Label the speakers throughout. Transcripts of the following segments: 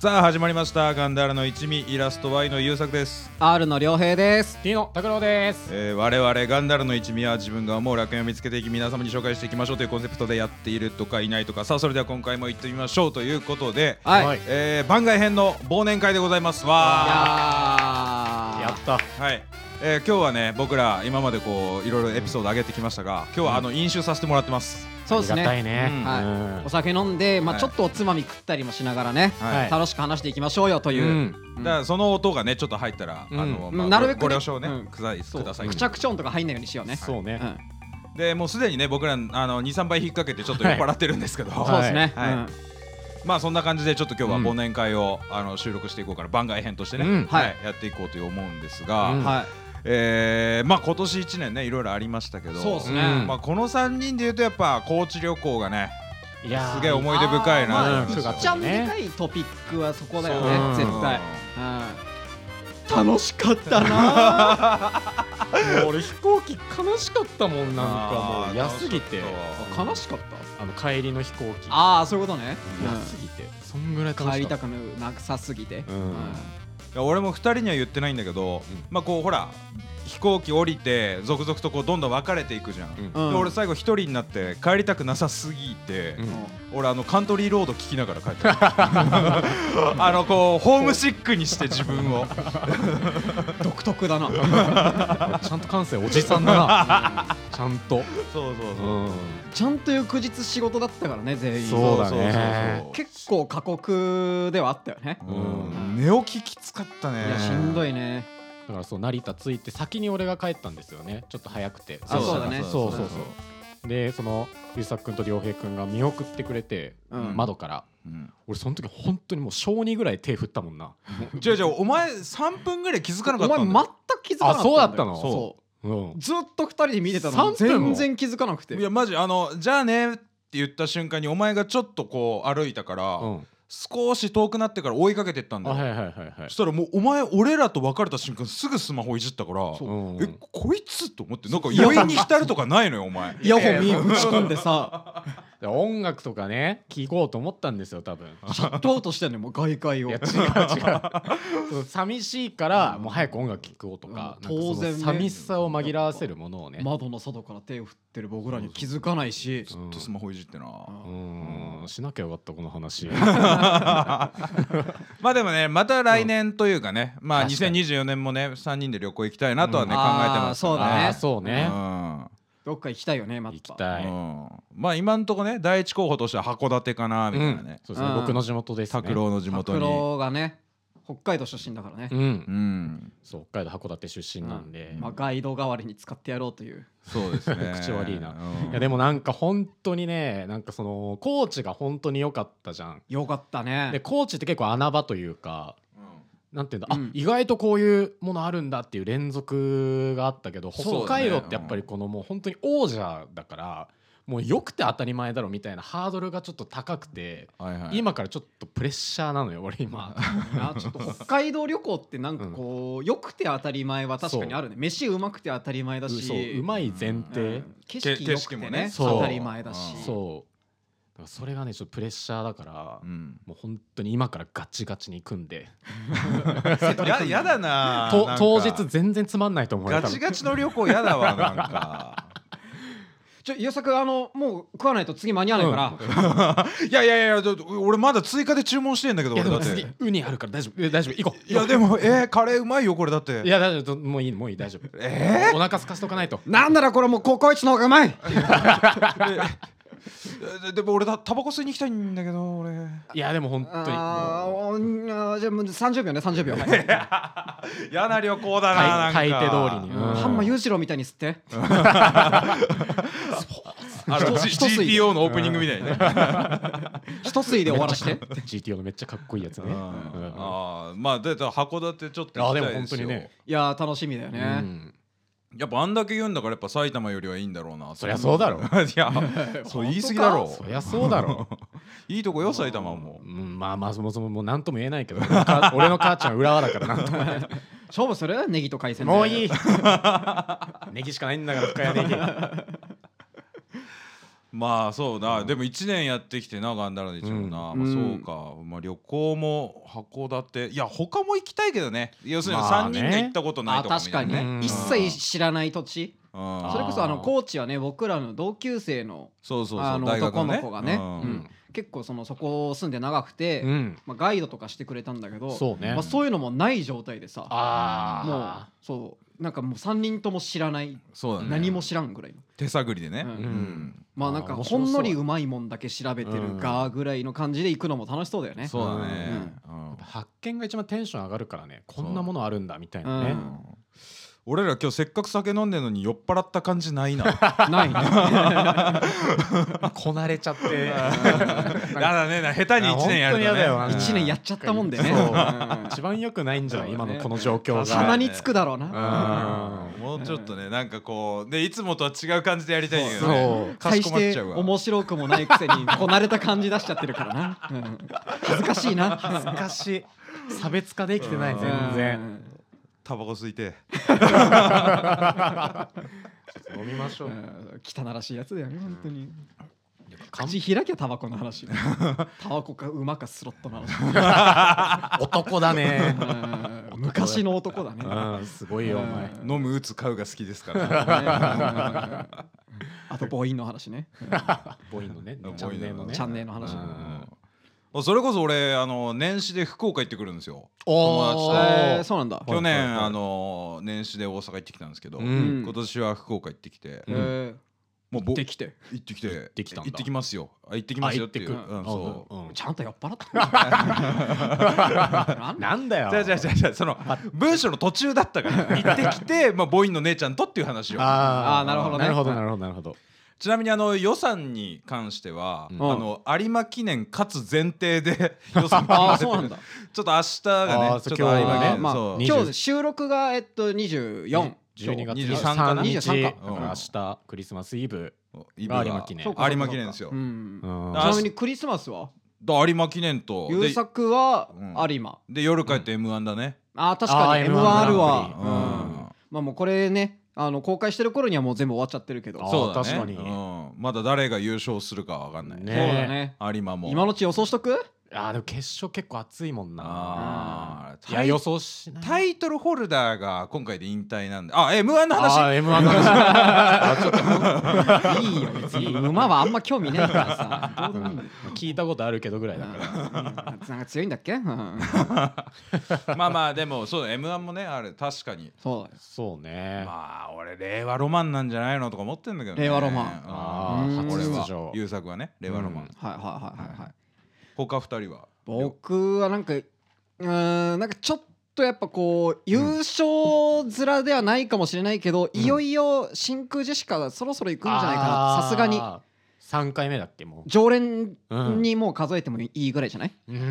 Speaker 1: さあ始まりましたガンダーラの一味イラスト Y の優作です、
Speaker 2: R の良平です。
Speaker 3: T の拓郎です。
Speaker 1: えー、我々ガンダーラの一味は自分が思う楽園を見つけていき皆様に紹介していきましょうというコンセプトでやっているとかいないとかさあそれでは今回も行ってみましょうということで、
Speaker 2: はい。
Speaker 3: はい
Speaker 2: い
Speaker 1: えー、番外編の忘年会でございますわ
Speaker 2: や
Speaker 3: や
Speaker 2: ー
Speaker 3: った。
Speaker 1: ーはい、えー、今日はね僕ら今までこういろいろエピソード上げてきましたが今日はあの飲酒させてもらってます、
Speaker 2: そうです
Speaker 3: ありがた
Speaker 2: ね。
Speaker 3: いね。
Speaker 2: はい
Speaker 3: うん
Speaker 2: お酒飲んで、ま
Speaker 1: は
Speaker 2: あ
Speaker 1: い
Speaker 2: ちょっとおつまみ食ったりもしながらね、
Speaker 1: はい
Speaker 3: はい
Speaker 2: 楽しく話していきましょうよというう。
Speaker 1: だ
Speaker 3: ん
Speaker 1: からその音がねちょっと入ったら、
Speaker 3: うん
Speaker 1: あのまあ、
Speaker 2: なるべくね
Speaker 1: ご了承ね、
Speaker 2: うん
Speaker 1: くだ
Speaker 2: そう
Speaker 1: ください
Speaker 2: くちゃくちゃ音とか入んないようにしようね。
Speaker 3: そう
Speaker 2: う
Speaker 3: ね。
Speaker 2: ん
Speaker 1: でもうすでにね僕らあの23杯引っ掛けてちょっと酔っ払ってるんですけど、
Speaker 2: そうですね。
Speaker 1: はい
Speaker 2: うん
Speaker 1: まあそんな感じでちょっと今日は
Speaker 3: うん
Speaker 1: 忘年会を、あの収録していこうから番外編としてね、
Speaker 3: うん
Speaker 1: はい
Speaker 2: はい
Speaker 1: やっていこうと思うんですが、
Speaker 3: うん
Speaker 2: はい。
Speaker 1: えーまあ今年1年ねいろいろありましたけど
Speaker 2: そうです
Speaker 3: う
Speaker 2: ね
Speaker 3: ん。
Speaker 1: まあ、この3人でいうとやっぱ高知旅行がね
Speaker 3: いやー
Speaker 1: すげえ思い出深いなと思
Speaker 3: あー
Speaker 1: うんですよ
Speaker 3: まあ
Speaker 2: ちゃんでかいトピックはそこだよね、
Speaker 3: そう
Speaker 2: 絶対。うん楽しかったなー。
Speaker 3: もう俺飛行機悲しかったもんなんか
Speaker 1: あ
Speaker 3: も
Speaker 1: ー
Speaker 3: う安すぎて。
Speaker 2: あ悲しかった。
Speaker 3: あの帰りの飛行機。
Speaker 2: ああそういうことね。
Speaker 3: 安すぎて。そんぐらい
Speaker 2: うん
Speaker 3: 楽
Speaker 2: 帰
Speaker 3: し
Speaker 2: り
Speaker 3: か
Speaker 2: た
Speaker 3: っ
Speaker 2: くなさすぎて。
Speaker 3: うん
Speaker 1: いや俺も2人には言ってないんだけど、まあこうほら飛行機降りて続々とこうどんどん分かれていくじゃん、
Speaker 3: うん
Speaker 1: で俺最後1人になって帰りたくなさすぎて、
Speaker 3: うん
Speaker 1: 俺あのカントリーロード聞きながら帰った あのこうホームシックにして自分を
Speaker 2: 独特だな。
Speaker 3: た。ちゃんと感性おじさんだな。ちゃんと。
Speaker 1: そうそう
Speaker 3: う。
Speaker 1: そうん
Speaker 2: ちゃんと翌日仕事だったからね全員
Speaker 3: そうだね
Speaker 1: そうそうそう
Speaker 2: 結構過酷ではあったよね
Speaker 1: うん寝起ききつかったね
Speaker 2: いやしんどいね
Speaker 3: だからそう成田着いて先に俺が帰ったんですよね。ちょっと早くて。
Speaker 2: あそうだね
Speaker 3: そうそうそう
Speaker 2: そうだね。
Speaker 3: でそのゆうさくんとりょうへいくんが見送ってくれて
Speaker 2: うん
Speaker 3: 窓から。
Speaker 1: うん
Speaker 3: 俺その時本当にもう小二ぐらい手振ったもんな。
Speaker 1: 違う違うお前3分ぐらい気づかなか
Speaker 2: お
Speaker 1: った
Speaker 2: 前
Speaker 1: んだよ
Speaker 2: 全く気づかなかったんだよ
Speaker 3: あそうだったの
Speaker 2: そ
Speaker 3: うん
Speaker 2: う。ずっと二人で見てたのに
Speaker 3: 三分
Speaker 2: 全
Speaker 3: も
Speaker 2: 然気づかなくて
Speaker 1: いやマジあのじゃあねって言った瞬間にお前がちょっとこう歩いたから、
Speaker 3: うん。
Speaker 1: 少し遠くなってから追いかけてったん
Speaker 3: あ
Speaker 1: だよ、
Speaker 3: はいはいはいはい
Speaker 1: そし。たらもうお前俺らと別れた瞬間すぐスマホいじったから
Speaker 2: そう
Speaker 3: うん
Speaker 1: えこいつと思ってなんか余韻に浸るとかないのよお前
Speaker 2: イヤホンに打ち込んでさ
Speaker 3: で音楽とかね聴こうと思ったんですよ多分い
Speaker 2: シャットアウトしてんのよもう外界を
Speaker 3: や違う違うそう寂しいからもう早く音楽聴こうとか,、
Speaker 2: うん当然ね
Speaker 3: 寂しさを紛らわせるものをね、
Speaker 2: 窓の外から手を振ってる僕らに気づかないし
Speaker 1: ずっとスマホいじってな、
Speaker 3: うーんしなきゃよかったこの話
Speaker 1: まあでもねまた来年というかね、まあ
Speaker 3: 確かに
Speaker 1: 2024年もね3人で旅行行きたいなとはね、
Speaker 3: う
Speaker 1: 考
Speaker 3: ん
Speaker 1: えてますから
Speaker 2: そうだね
Speaker 3: あーそうね、
Speaker 2: どっか行きたいよねまた
Speaker 3: 行きたい、
Speaker 1: うんうんまあ今んとこね第一候補としては函館かなみたいなね
Speaker 3: そうですね、
Speaker 2: うん
Speaker 3: 僕の地元ですね
Speaker 1: 拓郎、の地元
Speaker 2: 拓
Speaker 1: に、
Speaker 2: 郎がね北海道出身だからね
Speaker 3: うん
Speaker 1: うん、
Speaker 3: そう北海道函館出身なんで、
Speaker 2: まあガイド代わりに使ってやろうという
Speaker 1: そうですね
Speaker 3: 口悪いな
Speaker 1: うん
Speaker 3: いやでもなんか本当にねなんかその高知が本当に良かったじゃん
Speaker 2: よかった
Speaker 3: で
Speaker 2: ね
Speaker 3: 高知って結構穴場というかなんていうんだ、
Speaker 2: うん
Speaker 3: あ意外とこういうものあるんだっていう連続があったけど
Speaker 1: そうだね
Speaker 3: 北海道ってやっぱりこのもう本当に王者だからもうよくて当たり前だろみたいなハードルがちょっと高くて、
Speaker 1: はいはい、
Speaker 3: 今からちょっとプレッシャーなのよ俺今
Speaker 2: あちょっと北海道旅行ってなんかこうよくて当たり前は確かにあるね飯うまくて当たり前だし
Speaker 3: そううまい前
Speaker 2: う
Speaker 3: 提、
Speaker 2: ん景色良くて
Speaker 1: 景色も
Speaker 2: ね
Speaker 1: ね
Speaker 3: そう
Speaker 2: 当たり前だし
Speaker 3: そうだからそれがねちょっとプレッシャーだから、
Speaker 1: うん
Speaker 3: もう本当に今からガチガチに組んで
Speaker 1: ややだな
Speaker 3: と
Speaker 1: なんか
Speaker 3: 当日全然つまんないと思うよ
Speaker 1: ガチガチの旅行やだ わなんか
Speaker 2: ちょ優作あのもう食わないと次間に合わないから、
Speaker 1: いやいやいやだって俺まだ追加で注文してんだけど
Speaker 3: いや
Speaker 1: 俺
Speaker 3: で
Speaker 1: だ
Speaker 3: も
Speaker 1: って
Speaker 3: 次ウニあるから大丈夫え大丈夫行こ
Speaker 1: い
Speaker 3: う
Speaker 1: やでもえー、カレーうまいよこれだって
Speaker 3: いや大丈夫もういいもういい大丈夫
Speaker 1: え
Speaker 3: お腹空かしとかないと
Speaker 2: なんならこれもうココイチの方がうまい
Speaker 1: ー、でで も俺だタバコ吸いに行きたいんだけど俺
Speaker 3: いやでも本当に
Speaker 2: あー
Speaker 3: もう
Speaker 2: おんあーじゃあもう30秒ね30秒
Speaker 1: 嫌な旅行だななんか
Speaker 3: たい大手通りにうん
Speaker 2: ハンマ裕次郎みたいに吸って
Speaker 1: あの
Speaker 2: 一つ
Speaker 1: G- GTO のオープニングみたいにね、
Speaker 2: 一吸いで終わらして。
Speaker 3: GTO のめっちゃかっこいいやつね
Speaker 1: うん
Speaker 3: うん
Speaker 1: あーまあでだから函館ちょっと行き
Speaker 3: あでも
Speaker 1: たいで
Speaker 3: 本
Speaker 1: す
Speaker 3: 当
Speaker 1: よ
Speaker 3: にね
Speaker 2: いやー楽しみだよね、
Speaker 3: うん
Speaker 1: やっぱあんだけ言うんだからやっぱ埼玉よりはいいんだろうな
Speaker 3: そりゃそうだろ
Speaker 1: いや そう言い過ぎだろ
Speaker 3: そりゃそうだろ
Speaker 1: いいとこよ埼玉も
Speaker 3: うんまあまあそもそももう何とも言えないけど俺の母俺の母ちゃん浦和だからなんとも言えない
Speaker 2: 勝負するネギと海鮮で
Speaker 3: も ういいネギしかないんだから深谷ネギ
Speaker 1: まあそうだ、
Speaker 3: うん
Speaker 1: でも1年やってきてなガンダラで一応な、
Speaker 2: うん
Speaker 1: まあ、そうか、まあ、旅行も函館いや他も行きたいけどね要するに
Speaker 3: まあ
Speaker 1: 3
Speaker 3: ね
Speaker 1: 人で行ったことない
Speaker 2: あ
Speaker 1: とこみ
Speaker 2: 確
Speaker 1: た
Speaker 2: か
Speaker 1: い
Speaker 2: に
Speaker 1: なね、
Speaker 2: ね
Speaker 3: うん
Speaker 2: 一切知らない土地
Speaker 1: うん
Speaker 3: あー
Speaker 2: それこそあの高知はね僕らの同級生の
Speaker 1: そうそうそう
Speaker 2: あの
Speaker 1: 大学
Speaker 2: 男の子がね
Speaker 1: うん
Speaker 2: うん結構そのそこ住んで長くて、
Speaker 3: うん
Speaker 2: まあ、ガイドとかしてくれたんだけど
Speaker 3: そうね
Speaker 2: まあ、そういうのもない状態でさ
Speaker 3: あ
Speaker 2: もう
Speaker 3: あ
Speaker 2: そうなんかもう3人とも知らない
Speaker 1: そうだね
Speaker 2: 何も知らんぐらいの、
Speaker 1: 手探りでね、
Speaker 2: うん
Speaker 1: うん
Speaker 2: まあなん
Speaker 3: あー
Speaker 2: か
Speaker 3: 面白
Speaker 2: ほ
Speaker 3: そうん
Speaker 2: のりうまいもんだけ調べてるがぐらいの感じで行くのも楽しそうだよね。
Speaker 1: そうだね、うん
Speaker 3: 発見が一番テンション上がるからねこんなものあるんだみたいな
Speaker 1: う
Speaker 3: ね
Speaker 1: ん俺ら今日せっかく酒飲んでるのに酔っ払った感じないな
Speaker 2: ない ね。
Speaker 3: こなれちゃって
Speaker 1: やだねな下手に1年やるとね
Speaker 3: いや本当にやだよな
Speaker 1: うん
Speaker 2: 1年やっちゃったもんでね。
Speaker 3: そう
Speaker 2: うん
Speaker 3: 一番良くないんじゃない
Speaker 2: そうだ
Speaker 3: 今
Speaker 2: ね
Speaker 3: のこの状況
Speaker 1: 確
Speaker 2: た
Speaker 1: か
Speaker 2: ま
Speaker 3: が
Speaker 2: につくだろう
Speaker 3: うん
Speaker 2: な。
Speaker 1: もうちょっとねなんかこうでいつもとは違う感じでやりたいんだけどね
Speaker 3: そう
Speaker 1: かし
Speaker 2: 対
Speaker 1: こ
Speaker 2: し
Speaker 1: まっち
Speaker 2: て
Speaker 1: ゃうわ
Speaker 2: 面白くもないくせにこなれた感じ出しちゃってるからな。うん恥ずかしいな。
Speaker 3: 恥ずかしい差別化できてない
Speaker 2: う
Speaker 3: 全然
Speaker 2: ん。
Speaker 1: タバコ吸いて
Speaker 3: 飲みましょ
Speaker 2: うん汚らしいやつだよね本当に。
Speaker 3: 乾
Speaker 2: 口開きゃタバコの話。タバコか馬かスロットの話。
Speaker 3: 男だね
Speaker 2: うん昔の男だね。
Speaker 3: うんすごいよお前
Speaker 2: うん
Speaker 1: 飲む打つ買うが好きですから
Speaker 2: あと母音の話ね。
Speaker 3: ボインのね
Speaker 1: ボインの
Speaker 3: チャンネルのね
Speaker 2: チャンネルの話
Speaker 3: う。ん
Speaker 1: うんそれこそ俺あの年始で福岡行ってくるんですよ
Speaker 3: お
Speaker 1: 友
Speaker 3: ー
Speaker 2: えーそうなんだ。
Speaker 1: 去
Speaker 3: はいはい
Speaker 1: 年
Speaker 3: はい
Speaker 1: あの年始で大阪行ってきたんですけど
Speaker 3: う
Speaker 1: 今
Speaker 3: ん
Speaker 1: 年は福岡行ってきて
Speaker 3: うん
Speaker 2: え
Speaker 1: もう
Speaker 2: ー
Speaker 1: ぼ
Speaker 2: できて。
Speaker 1: 行ってきて行って
Speaker 3: きたんだ
Speaker 1: きますよあ行ってきますよっていう
Speaker 3: あ
Speaker 2: 行って
Speaker 3: く
Speaker 1: うんそ
Speaker 3: うん
Speaker 2: ちゃんと酔っ払った。なんだ
Speaker 3: なんだよ
Speaker 1: うじゃあじゃあじゃあじゃあその文章の途中だった から行ってきてまあボインの姉ちゃんとっていう話を
Speaker 3: あ
Speaker 2: あーなるほどね
Speaker 3: なるほどなるほどなるほど
Speaker 1: ちなみにあの予算に関しては、
Speaker 3: うん
Speaker 1: あの有馬記念かつ前提 で予算考
Speaker 2: あ
Speaker 1: え
Speaker 2: あ
Speaker 1: てる
Speaker 2: そうなんだ。
Speaker 1: ちょっと明日が
Speaker 3: あ
Speaker 1: ね
Speaker 3: ー
Speaker 1: ちょっ
Speaker 3: そう
Speaker 1: と有馬記
Speaker 2: あ
Speaker 1: 念
Speaker 2: ーまあ
Speaker 1: そう
Speaker 3: に
Speaker 2: 今日で収録がえっと二十四。
Speaker 3: 12月
Speaker 1: 23
Speaker 3: 23日
Speaker 2: 23
Speaker 1: か
Speaker 3: だから明日クリスマスイブ
Speaker 1: イブが
Speaker 3: 有馬記念
Speaker 2: そう
Speaker 1: 有
Speaker 2: か
Speaker 1: 馬記念ですよ、
Speaker 2: うん
Speaker 3: う
Speaker 2: ち
Speaker 3: ん
Speaker 1: あ
Speaker 2: なみにクリスマスは
Speaker 1: だ有馬記念と
Speaker 2: 優
Speaker 1: で
Speaker 2: 作は
Speaker 1: うん
Speaker 2: 有馬。
Speaker 1: で夜帰って m 1だね、
Speaker 2: あー確かに
Speaker 3: あー
Speaker 1: う
Speaker 2: M1
Speaker 3: うん
Speaker 2: は。
Speaker 3: ん
Speaker 2: うんまあもうこれねあの公開してる頃にはもう全部終わっちゃってるけど。
Speaker 3: あー
Speaker 2: そう
Speaker 1: そうだね
Speaker 3: 確かに
Speaker 1: うん、まだ誰が優勝するかわかんない、
Speaker 3: ね
Speaker 2: だね。
Speaker 1: 有馬も
Speaker 2: 今のうち予想しとく？
Speaker 3: あーでも決勝結構熱いもんな
Speaker 1: あー
Speaker 3: いや
Speaker 1: タイ
Speaker 3: 予想しない
Speaker 1: タイトルホルダーが今回で引退なんであ m 1の話
Speaker 3: あー M1 の話あちょっと
Speaker 2: いいよ別に馬はあんま興味ないからさ。どうでもいいんだよ
Speaker 3: 聞いたことあるけどぐらいだから
Speaker 2: うんなんか強いんだっけ？うん
Speaker 1: まあまあでもそう m 1もねあれ確かに
Speaker 2: そうだよ。
Speaker 3: そうね
Speaker 1: まあ俺令和ロマンなんじゃないのとか思ってんだけどね
Speaker 2: 令和ロマン
Speaker 1: あ
Speaker 3: あ
Speaker 2: ー
Speaker 1: あ俺
Speaker 2: 初
Speaker 3: 出
Speaker 1: は
Speaker 3: 場
Speaker 1: 優作はね令和ロマン、
Speaker 3: うん
Speaker 2: はいはいはいはいはい。
Speaker 1: 他二人は
Speaker 2: 僕はなんかうーんなんかちょっとやっぱこう優勝面ではないかもしれないけど、
Speaker 3: うん
Speaker 2: いよいよ真空ジェシカがそろそろ行くんじゃないかなさすがに
Speaker 3: 3回目だっけも
Speaker 2: 常連
Speaker 3: う
Speaker 2: にもう数えてもいいぐらいじゃない、
Speaker 3: う
Speaker 2: だか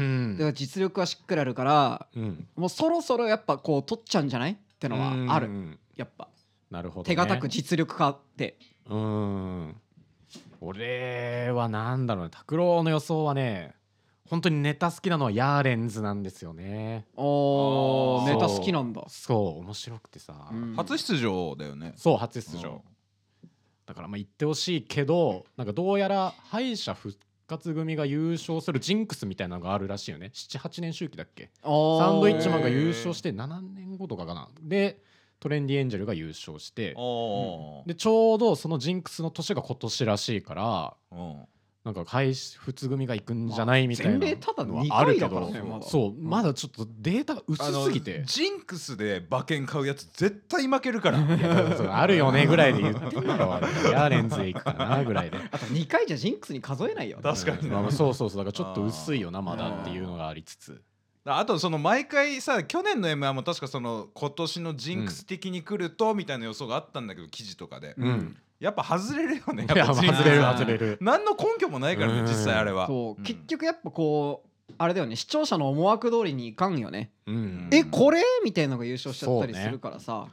Speaker 2: ら
Speaker 3: ん
Speaker 2: 実力はしっかりあるから
Speaker 3: うん
Speaker 2: もうそろそろやっぱこう取っちゃうんじゃないってのはある
Speaker 3: うん
Speaker 2: やっぱ
Speaker 3: なるほどね
Speaker 2: 手堅く実力化って
Speaker 3: うん俺はなんだろうね拓郎の予想はね本当にネタ好きなのはヤーレンズなんですよね
Speaker 2: お
Speaker 1: あ
Speaker 2: ー
Speaker 1: ー
Speaker 2: ネタ好きなんだ、
Speaker 3: そう面白くてさ、
Speaker 2: うん
Speaker 1: 初出場だよね、
Speaker 3: そう初出場だからまあ言ってほしいけどなんかどうやら敗者復活組が優勝するジンクスみたいなのがあるらしいよね78年周期だっけ
Speaker 2: おー
Speaker 3: サンドイッチマンが優勝して7年後とかかなでトレンディエンジェルが優勝して
Speaker 1: お
Speaker 3: でちょうどそのジンクスの年が今年らしいから
Speaker 1: お、うん
Speaker 3: なんか敗仏組が行くんじゃないみたいな
Speaker 2: 前例ただ
Speaker 3: のは
Speaker 2: 2
Speaker 3: ある
Speaker 2: 回
Speaker 3: け
Speaker 2: だから
Speaker 3: ど
Speaker 2: ねまだ
Speaker 3: そうまだちょっとデータが
Speaker 1: あ
Speaker 3: 薄
Speaker 1: の
Speaker 3: すぎて
Speaker 1: ジンクスで馬券買うやつ絶対負けるから
Speaker 3: いや そうあるよねぐらいで言ってんだろあれヤーレンズで行くかなぐらいで
Speaker 2: あと2回じゃジンクスに数えないよ
Speaker 1: 確かに
Speaker 3: まあまあそうそうそうだからちょっと薄いよなまだっていうのがありつつ
Speaker 1: あとその毎回さ去年の m 1も確かその今年のジンクス的に来るとみたいな予想があったんだけど記事とかで、
Speaker 2: うん
Speaker 1: やっぱ外れるよね
Speaker 3: いや
Speaker 1: やっぱジンクス
Speaker 3: 外れる
Speaker 1: は
Speaker 3: 外れる
Speaker 1: 何の根拠もないからね
Speaker 3: うん
Speaker 1: 実際あれは
Speaker 2: そう、
Speaker 1: ん
Speaker 2: 結局やっぱこうあれだよね視聴者の思惑通りにいかんよね、
Speaker 3: うん
Speaker 1: え
Speaker 2: えこれみたいのが優勝しちゃったりするからさ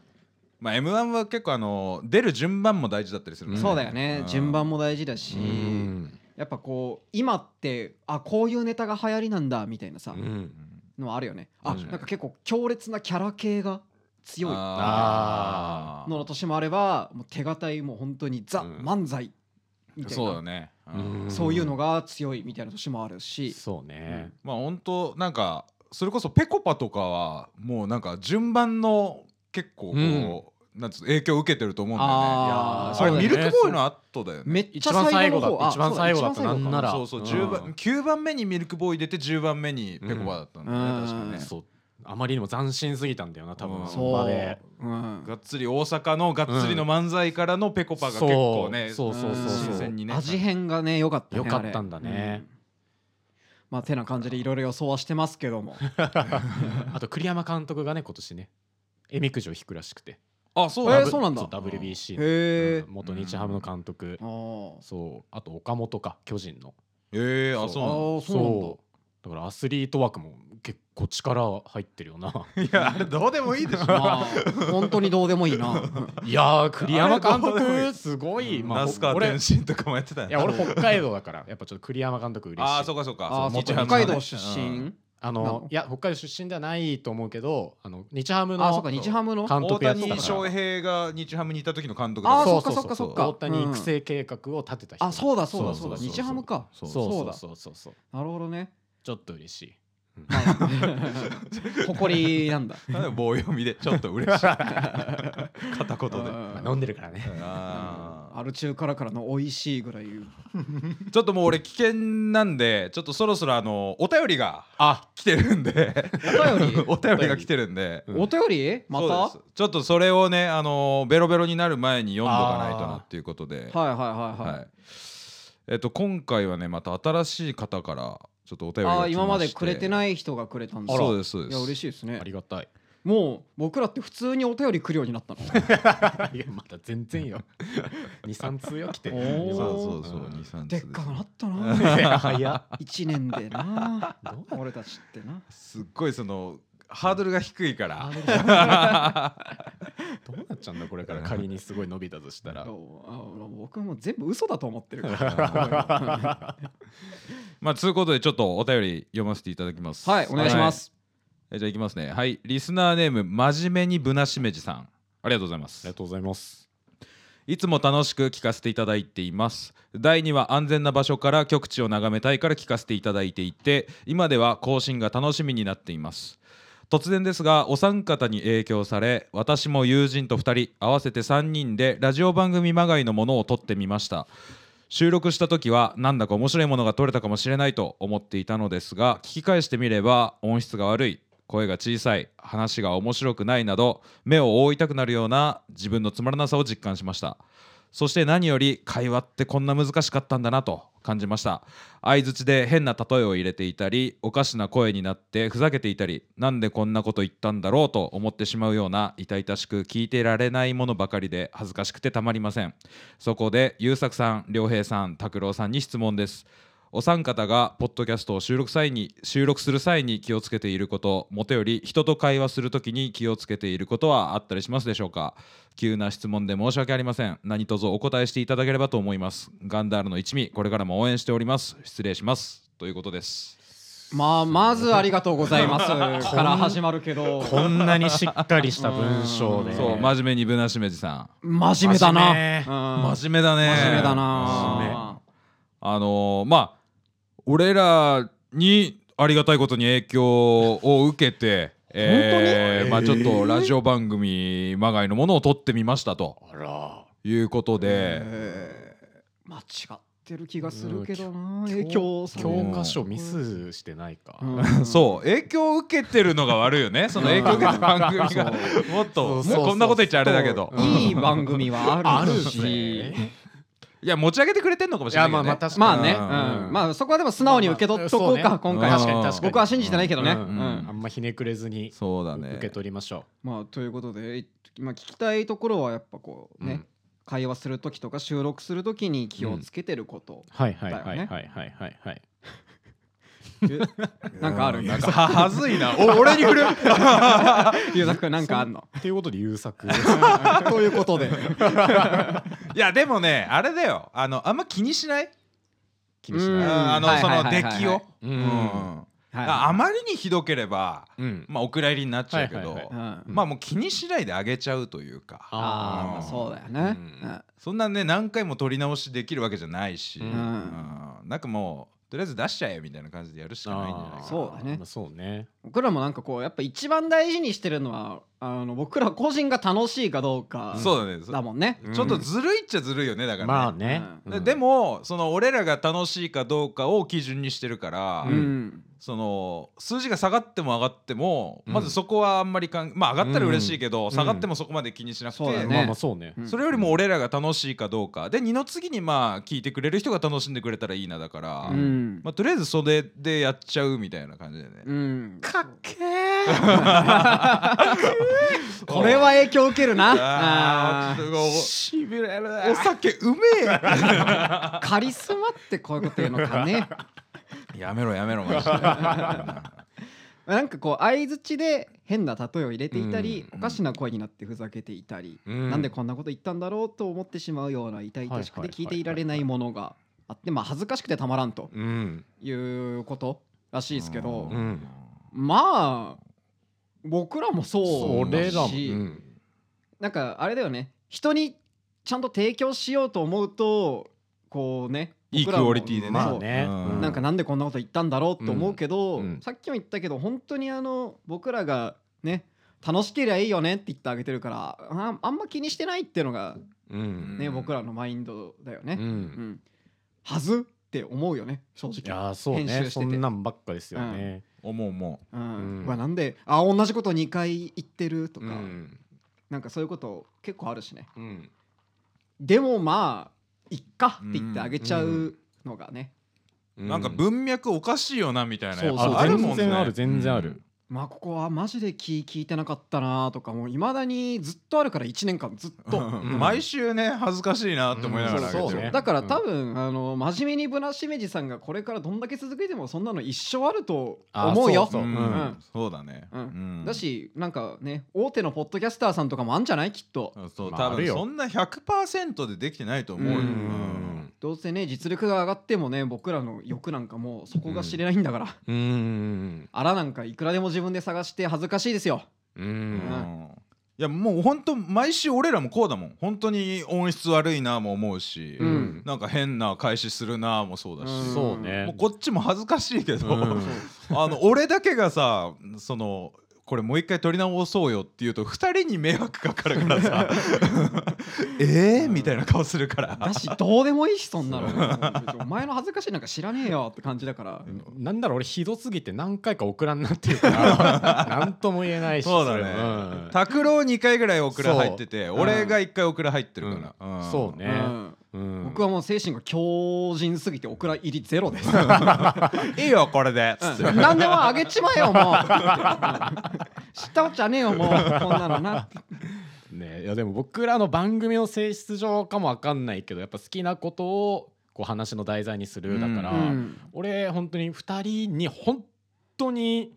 Speaker 1: まあ、M1 は結構あの出る順番も大事だったりする
Speaker 2: そう,、
Speaker 1: から
Speaker 2: だよね、順番も大事だし、
Speaker 3: うん
Speaker 2: やっぱこう今ってあこういうネタが流行りなんだみたいなさ、
Speaker 3: うん
Speaker 2: のはあるよねあ、
Speaker 3: うん
Speaker 2: なんか結構強烈なキャラ系が強い
Speaker 1: あー
Speaker 2: の年もあればもう手堅いもう本当にザ
Speaker 3: うん
Speaker 2: 漫才みたい
Speaker 1: そう
Speaker 2: な
Speaker 1: だね、う
Speaker 3: うんん
Speaker 2: そういうのが強いみたいな年もあるし
Speaker 3: そうね、
Speaker 1: まあ本当なんかそれこそぺこぱとかはもうなんか順番の結構こう、なんつうの影響を受けてると思うんだよね。
Speaker 2: あ
Speaker 3: ー
Speaker 1: あ
Speaker 2: そ
Speaker 1: れ
Speaker 2: うだ
Speaker 1: ミ
Speaker 2: ね
Speaker 1: ルクボーイの後だよね。
Speaker 2: めっち
Speaker 3: 一
Speaker 2: ゃ
Speaker 3: 番
Speaker 2: 最
Speaker 3: 最後
Speaker 2: 後
Speaker 3: だ
Speaker 2: の方
Speaker 3: った一番最後だった
Speaker 2: あそうだ
Speaker 3: な
Speaker 2: 一番最
Speaker 3: ん
Speaker 2: 後
Speaker 3: なら
Speaker 1: そうそう、
Speaker 3: ん
Speaker 1: 十番9番目にミルクボーイ出て10番目にぺこぱだったんだよね、
Speaker 2: うん
Speaker 1: 確かね。
Speaker 3: そうあまりにも斬新すぎたんだよな多
Speaker 1: う
Speaker 3: 分
Speaker 1: ん
Speaker 3: その場で
Speaker 2: そう、うん
Speaker 1: がっつり大阪のがっつりの漫才からのぺこぱが結構ね、
Speaker 3: そうそうそうそう
Speaker 1: 新鮮にね
Speaker 2: 味変がね良かったね
Speaker 3: 良かったんだね
Speaker 2: あれうまあてな感じでいろいろ予想はしてますけども
Speaker 3: あと栗山監督がね今年ねえみくじを引くらしくて
Speaker 1: あそう
Speaker 2: え
Speaker 1: だ、
Speaker 2: ーそうなんだ
Speaker 3: WBC の
Speaker 2: へえ
Speaker 3: うん元日ハムの監督
Speaker 2: あー
Speaker 3: そうあと岡本か巨人の
Speaker 1: えー、あ
Speaker 2: あ
Speaker 1: そ
Speaker 2: ーそう
Speaker 3: だからアスリート枠も結構力入ってるよな
Speaker 1: うなんだいやあれどうでもいいでしょ
Speaker 2: なん だまあ本当にどうでもいいな
Speaker 3: いやー 栗山監
Speaker 1: あれどうでもい
Speaker 3: 督
Speaker 1: い
Speaker 3: すごい、
Speaker 1: 那須川
Speaker 3: 俺
Speaker 1: 天心とかもやってたよ
Speaker 3: い
Speaker 1: ね
Speaker 3: や俺北海道だからやっぱちょっと栗山監督嬉しい
Speaker 1: ああそうかそうか
Speaker 2: あー
Speaker 1: そ
Speaker 2: そうう北
Speaker 1: 日ハム
Speaker 2: 海
Speaker 1: のね
Speaker 2: 道出身
Speaker 3: あ
Speaker 2: な
Speaker 3: の
Speaker 2: の
Speaker 3: いや北海道出身ではないと思うけどあの日ハム
Speaker 2: あーそ
Speaker 3: の
Speaker 2: うか日ハムの
Speaker 3: 監
Speaker 1: 大
Speaker 3: 督やってた
Speaker 1: 谷
Speaker 3: か
Speaker 1: 翔
Speaker 3: ら
Speaker 1: 平が日ハムにいた時の監督
Speaker 2: あ
Speaker 1: だ
Speaker 2: あ
Speaker 1: から
Speaker 2: そっかそ
Speaker 3: そう
Speaker 2: っかそっか
Speaker 3: 大谷育成計画を立てた人
Speaker 2: あそうだそうだそうだ
Speaker 1: そうそうそう
Speaker 2: 日ハムか
Speaker 1: そう
Speaker 3: そう
Speaker 2: そう
Speaker 3: そう
Speaker 2: だ
Speaker 3: そうそうそう
Speaker 2: なるほどね
Speaker 3: ちょっと嬉しい
Speaker 2: まあ 誇りなんだ
Speaker 1: なんで棒読みでちょっと嬉しい 片言で
Speaker 2: うん
Speaker 3: 飲んでるからね
Speaker 1: あー
Speaker 2: アル中からからの美味しいぐらい 言う
Speaker 1: ちょっともう俺危険なんでちょっとそろそろあのお便りが
Speaker 3: あ
Speaker 1: 来てるんで
Speaker 2: お便り
Speaker 1: お便りが来てるんで
Speaker 3: うん
Speaker 2: お便りまた
Speaker 1: そうですちょっとそれをねあのベロベロになる前に読んどかないとなっていうことで
Speaker 2: はいはいはいはい、
Speaker 1: はいえっと今回はねまた新しい方からちょっとお便りが来
Speaker 2: あ
Speaker 1: まし
Speaker 2: あ
Speaker 1: て
Speaker 2: 今までくれて
Speaker 1: い
Speaker 2: ない人がくれたんだ
Speaker 1: そうですそう
Speaker 2: い
Speaker 1: で
Speaker 2: や
Speaker 1: す
Speaker 2: 嬉しいですね
Speaker 3: あり がたい
Speaker 2: もう僕らって普通にお便り来るようになったの
Speaker 3: いやまだ全然よ23通よ来て
Speaker 2: おー
Speaker 1: そうそうそう
Speaker 3: うん
Speaker 1: 二三つ
Speaker 2: でっ
Speaker 1: す
Speaker 2: かくなっ た
Speaker 3: い
Speaker 2: な
Speaker 3: や早っ
Speaker 2: 1年でな
Speaker 3: ど
Speaker 2: 俺たちって な
Speaker 1: すっごいそのハードルが低いから
Speaker 3: うどうなっちゃうんだこれから仮にすごい伸びたとしたら
Speaker 2: そうあの僕も全部嘘だと思って るから
Speaker 1: まあつうことでちょっとお便り読ませていただきます
Speaker 2: はいお願いします、
Speaker 1: はいえじゃあいきますねはいリスナーネーム真面目にぶなしめじさんありがとうございます
Speaker 3: ありがとうございます
Speaker 1: いつも楽しく聞かせていただいています。第2は安全な場所から極地を眺めたいから聞かせていただいていて、今では更新が楽しみになっています。突然ですが、お三方に影響され、私も友人と2人、合わせて3人でラジオ番組まがいのものを撮ってみました。収録した時はなんだか面白いものが撮れたかもしれないと思っていたのですが聞き返してみれば音質が悪い声が小さい話が面白くないなど目を覆いたくなるような自分のつまらなさを実感しましたそして何より会話ってこんな難しかったんだなと感じました相づちで変な例えを入れていたりおかしな声になってふざけていたりなんでこんなこと言ったんだろうと思ってしまうような痛々しく聞いてられないものばかりで恥ずかしくてたまりませんそこで優作さん良平さん拓郎さんに質問ですお三方がポッドキャストを収録際に収録する際に気をつけていることもとより人と会話するときに気をつけていることはあったりしますでしょうか急な質問で申し訳ありません何卒お答えしていただければと思いますガンダールの一味これからも応援しております失礼しますということです
Speaker 2: まあまずありがとうございますから始まるけど
Speaker 3: こんなにしっかりした文章で
Speaker 2: え ー
Speaker 1: そう真面目にぶなしめじさ
Speaker 2: 真面目だ
Speaker 3: 真面
Speaker 1: ん
Speaker 2: なうん
Speaker 1: 真面目だね
Speaker 2: 真面目だ
Speaker 1: 真面目
Speaker 2: な
Speaker 1: あのーまあ俺らにありがたいことに影響を受けてえーまあ、ちょっとラジオ番組まがいのものを撮ってみましたと
Speaker 3: あら
Speaker 1: いうことで、
Speaker 2: えー間違ってる気がするけどな
Speaker 3: 教
Speaker 2: 影響される
Speaker 3: 教科書ミスしてないか、
Speaker 2: うん
Speaker 1: そう影響を受けてるのが悪いよ ねその影響を受けた番組がもっと
Speaker 3: そうそうそう
Speaker 1: もうこんなこと言っちゃあれだけど
Speaker 2: いい番組はあるし
Speaker 3: ね
Speaker 1: いや持ち上げてくれてんのかもしれないけどね
Speaker 3: 確
Speaker 2: まあね、
Speaker 1: うん
Speaker 2: うんまあそこはでも素直に受け取っとこう
Speaker 3: まあま
Speaker 2: か、
Speaker 3: あ
Speaker 2: 今
Speaker 1: う
Speaker 2: 回
Speaker 1: ん
Speaker 2: は
Speaker 1: 確かに確かに
Speaker 2: 僕は信じてないけどね。
Speaker 3: う
Speaker 2: うんん
Speaker 3: あんまひねくれずに
Speaker 1: そうだね
Speaker 3: 受け取りましょ
Speaker 2: まあということで、まあ、聞きたいところはやっぱこ
Speaker 3: う、
Speaker 2: うね、
Speaker 3: うん
Speaker 2: 会話する時とか収録する時に気をつけてること、
Speaker 3: はいはいはい
Speaker 2: だよ
Speaker 3: はい
Speaker 2: ね
Speaker 3: はいはいはい
Speaker 2: なんかある
Speaker 1: うんん
Speaker 2: だ
Speaker 1: なんかははず いなお俺に振る
Speaker 2: ゆうざくんなんかあんの
Speaker 3: っていうことで優作
Speaker 2: ということで
Speaker 1: いやでもねあれだよあのあんま気にしない
Speaker 3: 気にしない
Speaker 2: うん
Speaker 1: あの
Speaker 2: はい
Speaker 1: そ
Speaker 2: はい
Speaker 1: の
Speaker 2: はい
Speaker 1: 出
Speaker 2: はい
Speaker 1: 来を
Speaker 3: う
Speaker 1: うん
Speaker 3: ん
Speaker 2: はい
Speaker 1: ああまりにひどければ、
Speaker 3: うん
Speaker 1: まあ、お蔵入りになっちゃうけど、
Speaker 3: はいはいは
Speaker 2: うん、あ
Speaker 1: まあもう気にしないであげちゃうというか
Speaker 2: あ
Speaker 1: ー
Speaker 2: まあそうだよね、
Speaker 1: うんそんなね何回も取り直しできるわけじゃないし、
Speaker 3: う
Speaker 2: うん
Speaker 3: ん
Speaker 1: うんなんかもうとりあえず出しちゃえよみたいな感じでやるしかないんじゃない
Speaker 3: あー
Speaker 1: か
Speaker 2: そうだね
Speaker 3: まあそうね
Speaker 2: 僕らもなんかこうやっぱ一番大事にしてるのはあの僕ら個人が楽しいかどうか
Speaker 1: なそうだねそ
Speaker 2: だもんね。
Speaker 3: うん
Speaker 1: ちょっとずるいっちゃずるいよねだからね、
Speaker 3: まあね、
Speaker 1: でで
Speaker 3: も
Speaker 1: もその俺らが楽しいかどうかを基準にしてるから、
Speaker 2: うん
Speaker 1: その数字が下がっても上がっても、
Speaker 3: うん
Speaker 1: まずそこはあんまりかんまあ上がったら嬉しいけど、
Speaker 3: ん
Speaker 1: 下がってもそこまで気にしなくて、
Speaker 2: そうだね
Speaker 3: まあまあそうね、
Speaker 2: うん
Speaker 1: それよりも俺らが楽しいかどうかで二の次にまあ聞いてくれる人が楽しんでくれたらいいなだから、
Speaker 3: あ
Speaker 2: うん
Speaker 1: まあ、とりあえずそれでやっちゃうみたいな感じでね、
Speaker 2: うん
Speaker 3: かっけー
Speaker 2: これは影響受けるな。
Speaker 1: あ
Speaker 2: あ
Speaker 1: ー
Speaker 2: ー
Speaker 1: しびれるお酒うめ
Speaker 2: カリスマってこういうこと言うのかね。
Speaker 1: えやめろやめろマジで
Speaker 2: なんかこう相槌で変な例えを入れていたり、
Speaker 1: うん
Speaker 2: おかしな声になってふざけていたり、
Speaker 3: うん
Speaker 2: なんでこんなこと言ったんだろうと思ってしまうような痛々しくて聞いていられないものがあって、まあ、恥ずかしくてたまらんと
Speaker 3: うん
Speaker 2: いうことらしいですけど。
Speaker 3: うん
Speaker 2: まあ僕らもそ
Speaker 3: そうれ
Speaker 2: だ
Speaker 3: だもん、
Speaker 2: し、
Speaker 3: うん
Speaker 2: なんかあれだよね人にちゃんと提供しようと思うとこうね
Speaker 1: いい
Speaker 2: 僕らも
Speaker 1: クオリティでね
Speaker 3: ま
Speaker 2: そ
Speaker 3: あ
Speaker 2: う
Speaker 3: ね、
Speaker 1: うん
Speaker 2: なんかなんでこんなこと言ったんだろうと思うけど、
Speaker 3: うんうん
Speaker 2: さっきも言ったけど本当にあの僕らがね楽しけりゃいいよねって言ってあげてるからああんま気にしてないっていうのが
Speaker 3: うん
Speaker 2: ね、
Speaker 1: うん
Speaker 2: 僕らのマインドだよ
Speaker 3: う
Speaker 2: ね、うん
Speaker 3: ん
Speaker 2: はずって思うよね正
Speaker 3: い
Speaker 2: 直、
Speaker 3: やーそうね
Speaker 2: 編集して
Speaker 3: そ
Speaker 2: て
Speaker 3: んなんばっかですよね、
Speaker 1: 思う思
Speaker 2: う
Speaker 3: うんん
Speaker 2: うわなんであ同じこと2回言ってると
Speaker 3: う
Speaker 2: か、
Speaker 3: ん
Speaker 2: なんかそういうこと結構あるしね
Speaker 3: うん
Speaker 2: でもまあいっかって言ってあげちゃうのがね、
Speaker 1: う、なんか文脈おかしいよなみたいな
Speaker 2: そうそう
Speaker 1: やっぱあるもんね
Speaker 3: 全然ある全然ある、
Speaker 2: まあここはマジで聞聞いてなかったなとかもいまだにずっとあるから1年間ずっ
Speaker 1: うん
Speaker 2: と、
Speaker 1: うん毎週ね恥ずかしいなって思いながらあげ
Speaker 3: うん
Speaker 1: て
Speaker 3: そう
Speaker 1: る
Speaker 3: ね
Speaker 2: だから多分、あの真面目にぶなしめじさんがこれからどんだけ続けてもそんなの一生あると思うよ
Speaker 3: あそうそ
Speaker 1: うん
Speaker 2: うん
Speaker 1: そうだね、
Speaker 2: うん
Speaker 1: うん
Speaker 2: だしなんかね大手のポッドキャスターさんとかもあんじゃないきっと
Speaker 1: そう
Speaker 3: まあ
Speaker 1: 多
Speaker 3: ある
Speaker 1: 分
Speaker 3: よ
Speaker 1: そんな100%でできてないと思うよ、
Speaker 2: うん
Speaker 1: うん
Speaker 2: どうせね実力が上がってもね僕らの欲なんかもうそこが知れないんだから、
Speaker 3: うんうん
Speaker 2: あらなんかいくらでも自分で探して恥ずかしいですよ
Speaker 3: うんう
Speaker 1: うん
Speaker 3: ん
Speaker 1: いやもう本当毎週俺らもこうだもん本当に音質悪いなも思うし、
Speaker 2: うん
Speaker 1: なんか変な開始するなもそうだし、
Speaker 2: うん
Speaker 3: そうね
Speaker 1: もうこっちも恥ずかしいけど、
Speaker 3: うん
Speaker 1: あの俺だけがさそのこれもう一回撮り直そうよっていうと二人に迷惑かかるから さ えーみたいな顔するから
Speaker 2: だしどうでもいいしそんなのお前の恥ずかしいなんか知らねえよって感じだから
Speaker 3: なんだろう俺ひどすぎて何回かオクラになってるから なんとも言えないし
Speaker 1: そうだ
Speaker 3: れ
Speaker 1: ね拓郎2回ぐらいオクラ入ってて
Speaker 2: う
Speaker 1: 俺が1回オクラ入ってるから、
Speaker 3: うん
Speaker 1: ん
Speaker 3: そう
Speaker 2: う
Speaker 3: ね、
Speaker 2: ん
Speaker 3: うん
Speaker 2: 僕はもう精神が強靭すぎてオクラ入りゼロ です、
Speaker 1: いいよこれでっつって、
Speaker 2: うん何でもあげちまえよもう知ったこっちゃねえよもうこんなのな
Speaker 3: ねいやでも僕らの番組の性質上かもわかんないけどやっぱ好きなことをこう話の題材にするだから、
Speaker 2: うん
Speaker 3: 俺本当に2人に本当に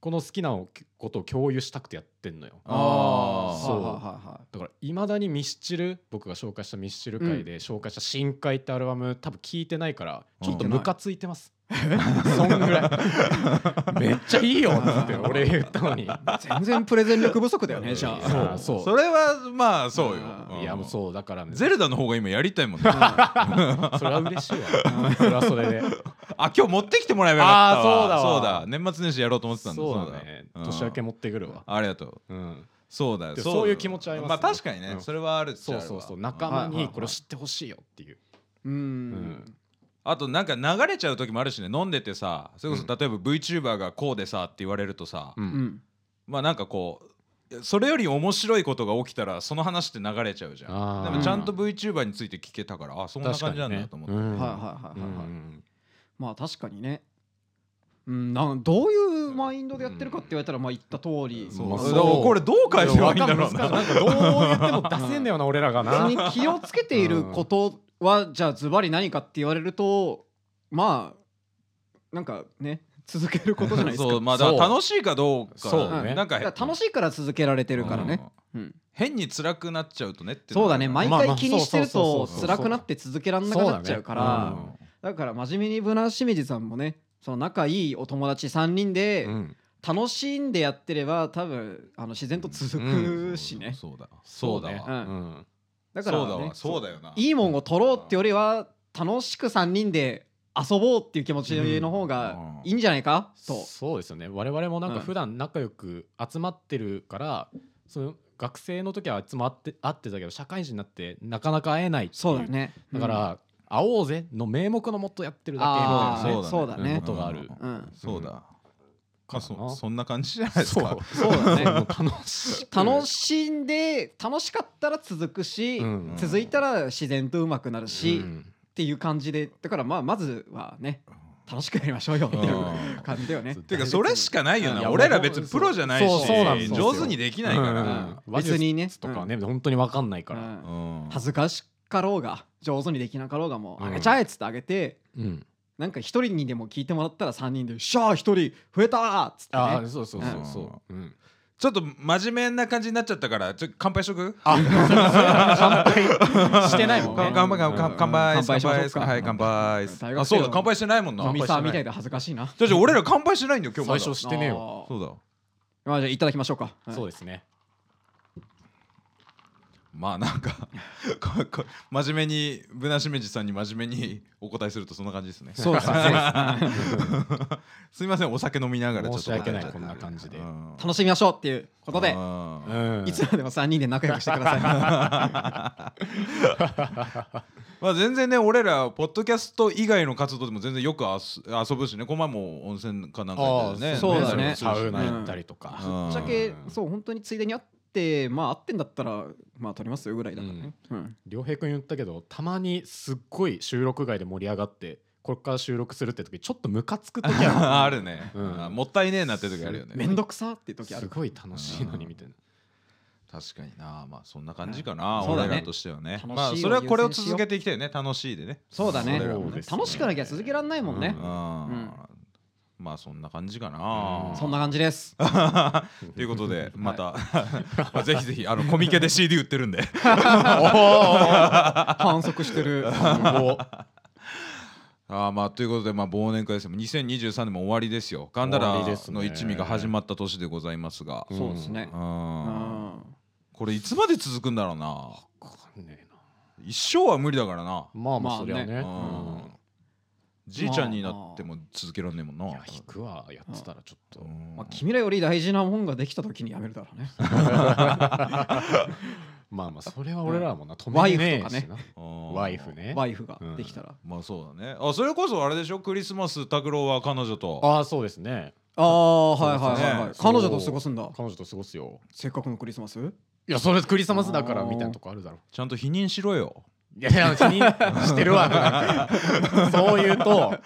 Speaker 3: この好きなことを共有したくてやってんのよ
Speaker 1: あー
Speaker 3: そう
Speaker 2: はいはいはい
Speaker 3: だからいまだにミスチル僕が紹介したミスチル会で紹介した「深海」ってアルバム多分聞いてないから
Speaker 1: うん
Speaker 3: ちょっとムカついてます、そんぐらいめっちゃいいよっつって俺言ったのに
Speaker 2: はい全然プレゼン力不足だよねじゃあ
Speaker 3: そうそ
Speaker 1: そ
Speaker 3: う
Speaker 1: れはまあそうよ
Speaker 2: あ
Speaker 1: ん
Speaker 3: いやもうそうだからね
Speaker 1: ゼルダの方が今やりたい もんね
Speaker 3: それは嬉 しいわそれはそれで
Speaker 1: あ今日持ってきてもらえばよかったわ
Speaker 3: あーそうだわ
Speaker 1: そうだ年末年始やろうと思ってたんだ
Speaker 3: そうだね
Speaker 1: そうだ
Speaker 3: 年明け
Speaker 1: うん
Speaker 3: 持ってくるわ
Speaker 1: ありがとう
Speaker 3: うん
Speaker 1: そうだよ
Speaker 3: でも
Speaker 1: だ
Speaker 3: そういう気持ちはあります
Speaker 1: ま
Speaker 3: ね
Speaker 1: あ確かにね
Speaker 3: うん
Speaker 1: それはあるっちゃある
Speaker 3: そう
Speaker 1: わ
Speaker 3: そうそう
Speaker 1: う
Speaker 3: 仲
Speaker 1: ん
Speaker 3: 間にこれを知ってほしいよっていう
Speaker 2: うん、
Speaker 1: あとなんか流れちゃう時もあるしね飲んでてさそれこそ例えば VTuber がこうでさって言われるとさ
Speaker 3: う
Speaker 2: うんん
Speaker 1: まあなんかこうそれより面白いことが起きたらその話って流れちゃうじゃん
Speaker 3: あ
Speaker 1: で
Speaker 3: ー
Speaker 1: もちゃんと VTuber について聞けたからあそんな
Speaker 3: 確か
Speaker 1: 感
Speaker 3: に
Speaker 1: じ
Speaker 3: ね
Speaker 1: なんだと思って
Speaker 3: うん
Speaker 2: はいはいはいはいはい
Speaker 3: うん
Speaker 2: まあ確かにね。うん、なんどういうマインドでやってるかって言われたらまあ言った通り、
Speaker 3: そう
Speaker 1: まあ
Speaker 3: そう
Speaker 1: だからこれどう返せばいいんだろうな
Speaker 3: やわかんない難しいなんかどう言っても出せんだよな俺らが
Speaker 2: 別
Speaker 3: な
Speaker 2: に気をつけていることはじゃあズバリ何かって言われるとまあなんかね続けることじゃないですか。
Speaker 1: そうまあだから
Speaker 3: そう
Speaker 1: 楽しいかどうか
Speaker 3: そう
Speaker 2: ね
Speaker 1: なんか
Speaker 2: だから楽しいから続けられて
Speaker 1: い
Speaker 2: るからね、うん
Speaker 1: 変に辛くなっちゃうとねっていの
Speaker 2: そう
Speaker 1: が
Speaker 2: だね毎
Speaker 3: まあま
Speaker 2: 回
Speaker 3: あ
Speaker 2: 気にしてる
Speaker 3: そうそ
Speaker 2: と
Speaker 3: うそうそう
Speaker 2: 辛くなって続けらんなくなっちゃうか
Speaker 3: そうだ
Speaker 2: らだから真面目にブナしめじさんもねその仲いいお友達3人で
Speaker 3: うん
Speaker 2: 楽しんでやってれば多分あの自然と続くしね、
Speaker 1: そうだそうだ
Speaker 3: ね
Speaker 1: わ
Speaker 3: うん
Speaker 2: だか
Speaker 1: そ
Speaker 2: ら、
Speaker 1: うだ
Speaker 2: ね
Speaker 1: わ、そうだよない
Speaker 2: いもんを取ろうってよりは楽しく3人で遊ぼうっていう気持ちの方がいいんじゃないか、と
Speaker 3: そうですよね我々もなん
Speaker 2: う
Speaker 3: か
Speaker 2: ん
Speaker 3: 普段仲良く集まってるから、その学生の時はいつも会って会ってたけど社会人になってなかなか会えないってい
Speaker 2: そうだね、
Speaker 3: だから「会おうぜ」の名目のもっとやってるだ
Speaker 2: あー
Speaker 3: けみたいなね
Speaker 2: そうだね
Speaker 3: ことがある
Speaker 2: うん、うん
Speaker 1: そうだまあ
Speaker 3: かな
Speaker 1: そそんな感じじゃないですか
Speaker 2: そうだね
Speaker 3: もう楽しく
Speaker 2: 楽しんで楽しかったら続くし、
Speaker 3: うんうん
Speaker 2: 続いたら自然とうまくなるし、
Speaker 3: う
Speaker 2: っ
Speaker 3: ん
Speaker 2: ていう感じでだからまあまずはね楽しくやりましょうよっていう
Speaker 1: うん
Speaker 2: 感じだよね。
Speaker 1: てかそれしかないよ
Speaker 3: い
Speaker 1: な
Speaker 3: や
Speaker 1: 俺ら別にプロじゃないし
Speaker 3: そうそうなんですよ
Speaker 1: 上手にできないから
Speaker 3: うん
Speaker 1: な
Speaker 3: うん
Speaker 2: 別にね
Speaker 3: 話術とかね、本当に分かんないか
Speaker 2: う
Speaker 3: ら、
Speaker 2: ん
Speaker 1: うん
Speaker 2: 恥ずかしかろうが上手にできなかろうがもう
Speaker 3: う
Speaker 2: あ
Speaker 3: ん
Speaker 2: げちゃえっつってあげて、
Speaker 3: うん
Speaker 2: なんか一人にでも聞いてもらったら3人で「よっしゃー一人増えた!」っつって、
Speaker 3: ああ
Speaker 2: ね、
Speaker 3: そうそうそうそう、うん
Speaker 1: ちょっと真面目な感じになっちゃったからちょ乾杯しとく
Speaker 3: あ、乾杯してないもんね。
Speaker 1: 乾乾杯乾杯乾杯
Speaker 2: 乾杯しましょうか
Speaker 1: はい乾杯
Speaker 2: 大学生の
Speaker 1: あそうだ乾杯してないもんな
Speaker 2: 飲みさんみたい
Speaker 1: だ
Speaker 2: で恥ずかしいな。
Speaker 1: じゃ俺ら乾杯してないんだよ今日ま
Speaker 3: 最
Speaker 1: だ
Speaker 3: 初してねえよ。
Speaker 2: よ
Speaker 1: そうだ
Speaker 2: まあじゃあいただきましょうか。はい
Speaker 3: そうですね。
Speaker 1: まあなんか ここ真面目にぶなしめじさんに真面目に お答えするとそんな感じですね
Speaker 2: そうですね。そうですね
Speaker 1: すいませんお酒飲みながらちょっと
Speaker 3: 申し訳ない
Speaker 1: 答えちゃって
Speaker 3: こんな感じで
Speaker 1: うん
Speaker 2: 楽しみましょうっていうことで
Speaker 1: う。ん
Speaker 3: うん
Speaker 2: いつまでも3人で仲良くしてくださ
Speaker 1: まあ全然ね俺らポッドキャスト以外の活動でも全然よくあす遊ぶしねこの前も温泉かなんか行ったよね
Speaker 2: あーそうだね
Speaker 3: サウナ
Speaker 2: うん
Speaker 3: 行ったりとか。
Speaker 1: うん
Speaker 2: い。ぶっちゃけ、そう、本当についでに会って、まあ、会ってんだったら、まあ、撮りますよぐらいだからね。うん
Speaker 3: 良平君言ったけど、たまにすっごい収録外で盛り上がって、これから収録するって時、ちょっとムカつく時あ
Speaker 1: あるね、
Speaker 3: うん
Speaker 1: あもったいねえなって時あるよね
Speaker 2: めんどくさっていう
Speaker 3: る。
Speaker 2: 時あ
Speaker 3: す
Speaker 2: る。
Speaker 3: ごい楽しいのにみたいな。
Speaker 1: 確かになまあそんな感じかな、
Speaker 2: うんそうだね
Speaker 1: 俺らとしてはね
Speaker 2: 楽しいを
Speaker 1: まあそれはこれを続けていきたいよね楽しいでね
Speaker 2: そうだね
Speaker 1: 俺ら
Speaker 3: そ
Speaker 1: も
Speaker 3: うですね
Speaker 2: 楽しくなきゃ続けられないもんね
Speaker 1: う。ん
Speaker 2: ん
Speaker 1: まあそんな感じかな、
Speaker 3: うん
Speaker 2: そんな感じです。
Speaker 1: ということでまた、 まあぜひぜひあのコミケで CD 売ってるんで
Speaker 2: 反則してる。
Speaker 1: あーまあということで、まあ、忘年会ですよ2023年も終わりですよガンダ
Speaker 3: 終
Speaker 1: ラ
Speaker 3: わりですね
Speaker 1: の一味が始まった年でございますが
Speaker 3: ん
Speaker 2: そうですね
Speaker 1: う。
Speaker 2: うんん
Speaker 1: これいつまで続くんだろうな
Speaker 3: わかんねえな
Speaker 1: 一生は無理だからな
Speaker 3: まあま
Speaker 2: ま
Speaker 3: あ
Speaker 2: あ
Speaker 3: そ
Speaker 2: ね
Speaker 3: りゃね。
Speaker 1: うん
Speaker 3: うん
Speaker 1: じいちゃんになっても続けらんねえもんない
Speaker 3: や引くわやってたらちょっと。
Speaker 1: うん
Speaker 2: まあ、君らより大事なもんができた時にやめるだろうね。
Speaker 3: まあまあそれは俺らもな止
Speaker 2: ワ
Speaker 3: め
Speaker 2: イ
Speaker 3: れ
Speaker 2: フと
Speaker 3: ねえ
Speaker 2: かね
Speaker 3: し
Speaker 1: う
Speaker 3: な。
Speaker 1: ん
Speaker 3: ワイフね。
Speaker 2: ワイフができたら。
Speaker 1: まあそうだねあそれこそあれでしょクリスマス拓郎は彼女と
Speaker 3: ああそうですね。
Speaker 2: ああ、はいはいはいはい
Speaker 1: ね。
Speaker 2: 彼女と過ごすんだ。
Speaker 3: 彼女と過ごすよ。
Speaker 2: せっかくのクリスマ ス
Speaker 3: いやそれクリスマスだから
Speaker 2: あー
Speaker 3: みたいなとこあるだろ
Speaker 1: ちゃんと否認しろよ
Speaker 3: いやいや気 にしてるわなんかそう言うと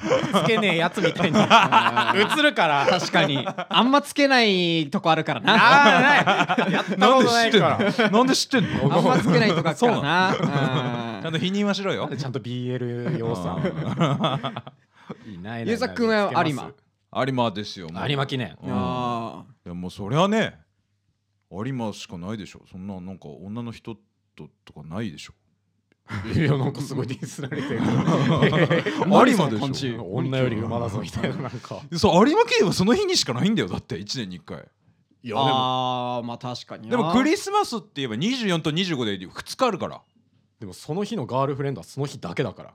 Speaker 3: つけねえやつみたいに映るから
Speaker 2: 確かに。あんまつけないとこあるからな。
Speaker 3: ああないやったことないから
Speaker 1: んのなんで知ってん の
Speaker 2: あんまつけない とか
Speaker 1: そうな
Speaker 2: か
Speaker 1: の
Speaker 2: な
Speaker 1: ちゃ
Speaker 2: うんん。
Speaker 1: と否認はしろよ
Speaker 3: ちゃんと BL 要素いない
Speaker 2: ゆうざくんは有馬
Speaker 1: 有馬ですよもう
Speaker 3: 有馬記念
Speaker 1: うん
Speaker 2: あ
Speaker 1: いやもうそりゃね有馬しかないでしょそんななんか女の人ととかないでしょ
Speaker 3: いやなんかすごいディスられてる
Speaker 1: 有馬でしょ
Speaker 3: 女より馬だぞみたいななんか
Speaker 1: そう有馬記念はその日にしかないんだよだって1年に1回
Speaker 3: い
Speaker 2: ー
Speaker 3: や
Speaker 2: あーまあ確かに
Speaker 1: で
Speaker 2: な
Speaker 1: もクリスマスって言えば24と25で2日あるから
Speaker 3: でもその日のガールフレンドはその日だけだから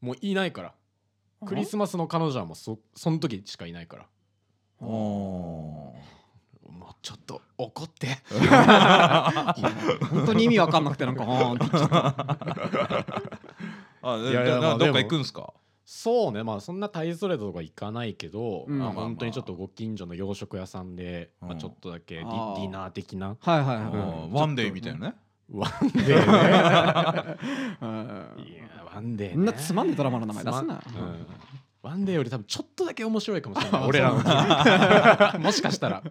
Speaker 3: もういないからクリスマスの彼女はもうそその時しかいないからもうちょっと怒って
Speaker 2: 本当に意味わかんなくてなんかあーって言っちゃった
Speaker 1: あ
Speaker 3: いやいや
Speaker 1: な
Speaker 3: まあ
Speaker 1: どっか行くんすか
Speaker 3: そうねまあそんな大それたとか行かないけど、
Speaker 2: うん
Speaker 3: まあ
Speaker 2: まあまあ
Speaker 3: 本当にちょっとご近所の洋食屋さんで、
Speaker 1: うん
Speaker 3: まあ、ちょっとだけディ
Speaker 2: あー
Speaker 3: ディナー的な
Speaker 2: はいはい
Speaker 1: あ
Speaker 3: うん
Speaker 2: は
Speaker 1: ーワンデイみたいなね
Speaker 3: ワンデー
Speaker 2: い うん
Speaker 3: ねいやワンデーね
Speaker 2: こんなつまんでドラマの名前出す
Speaker 3: つ
Speaker 2: な
Speaker 3: まんうんワンデーより多分ちょっとだけ面白いかもしれない俺らの時もしかしたら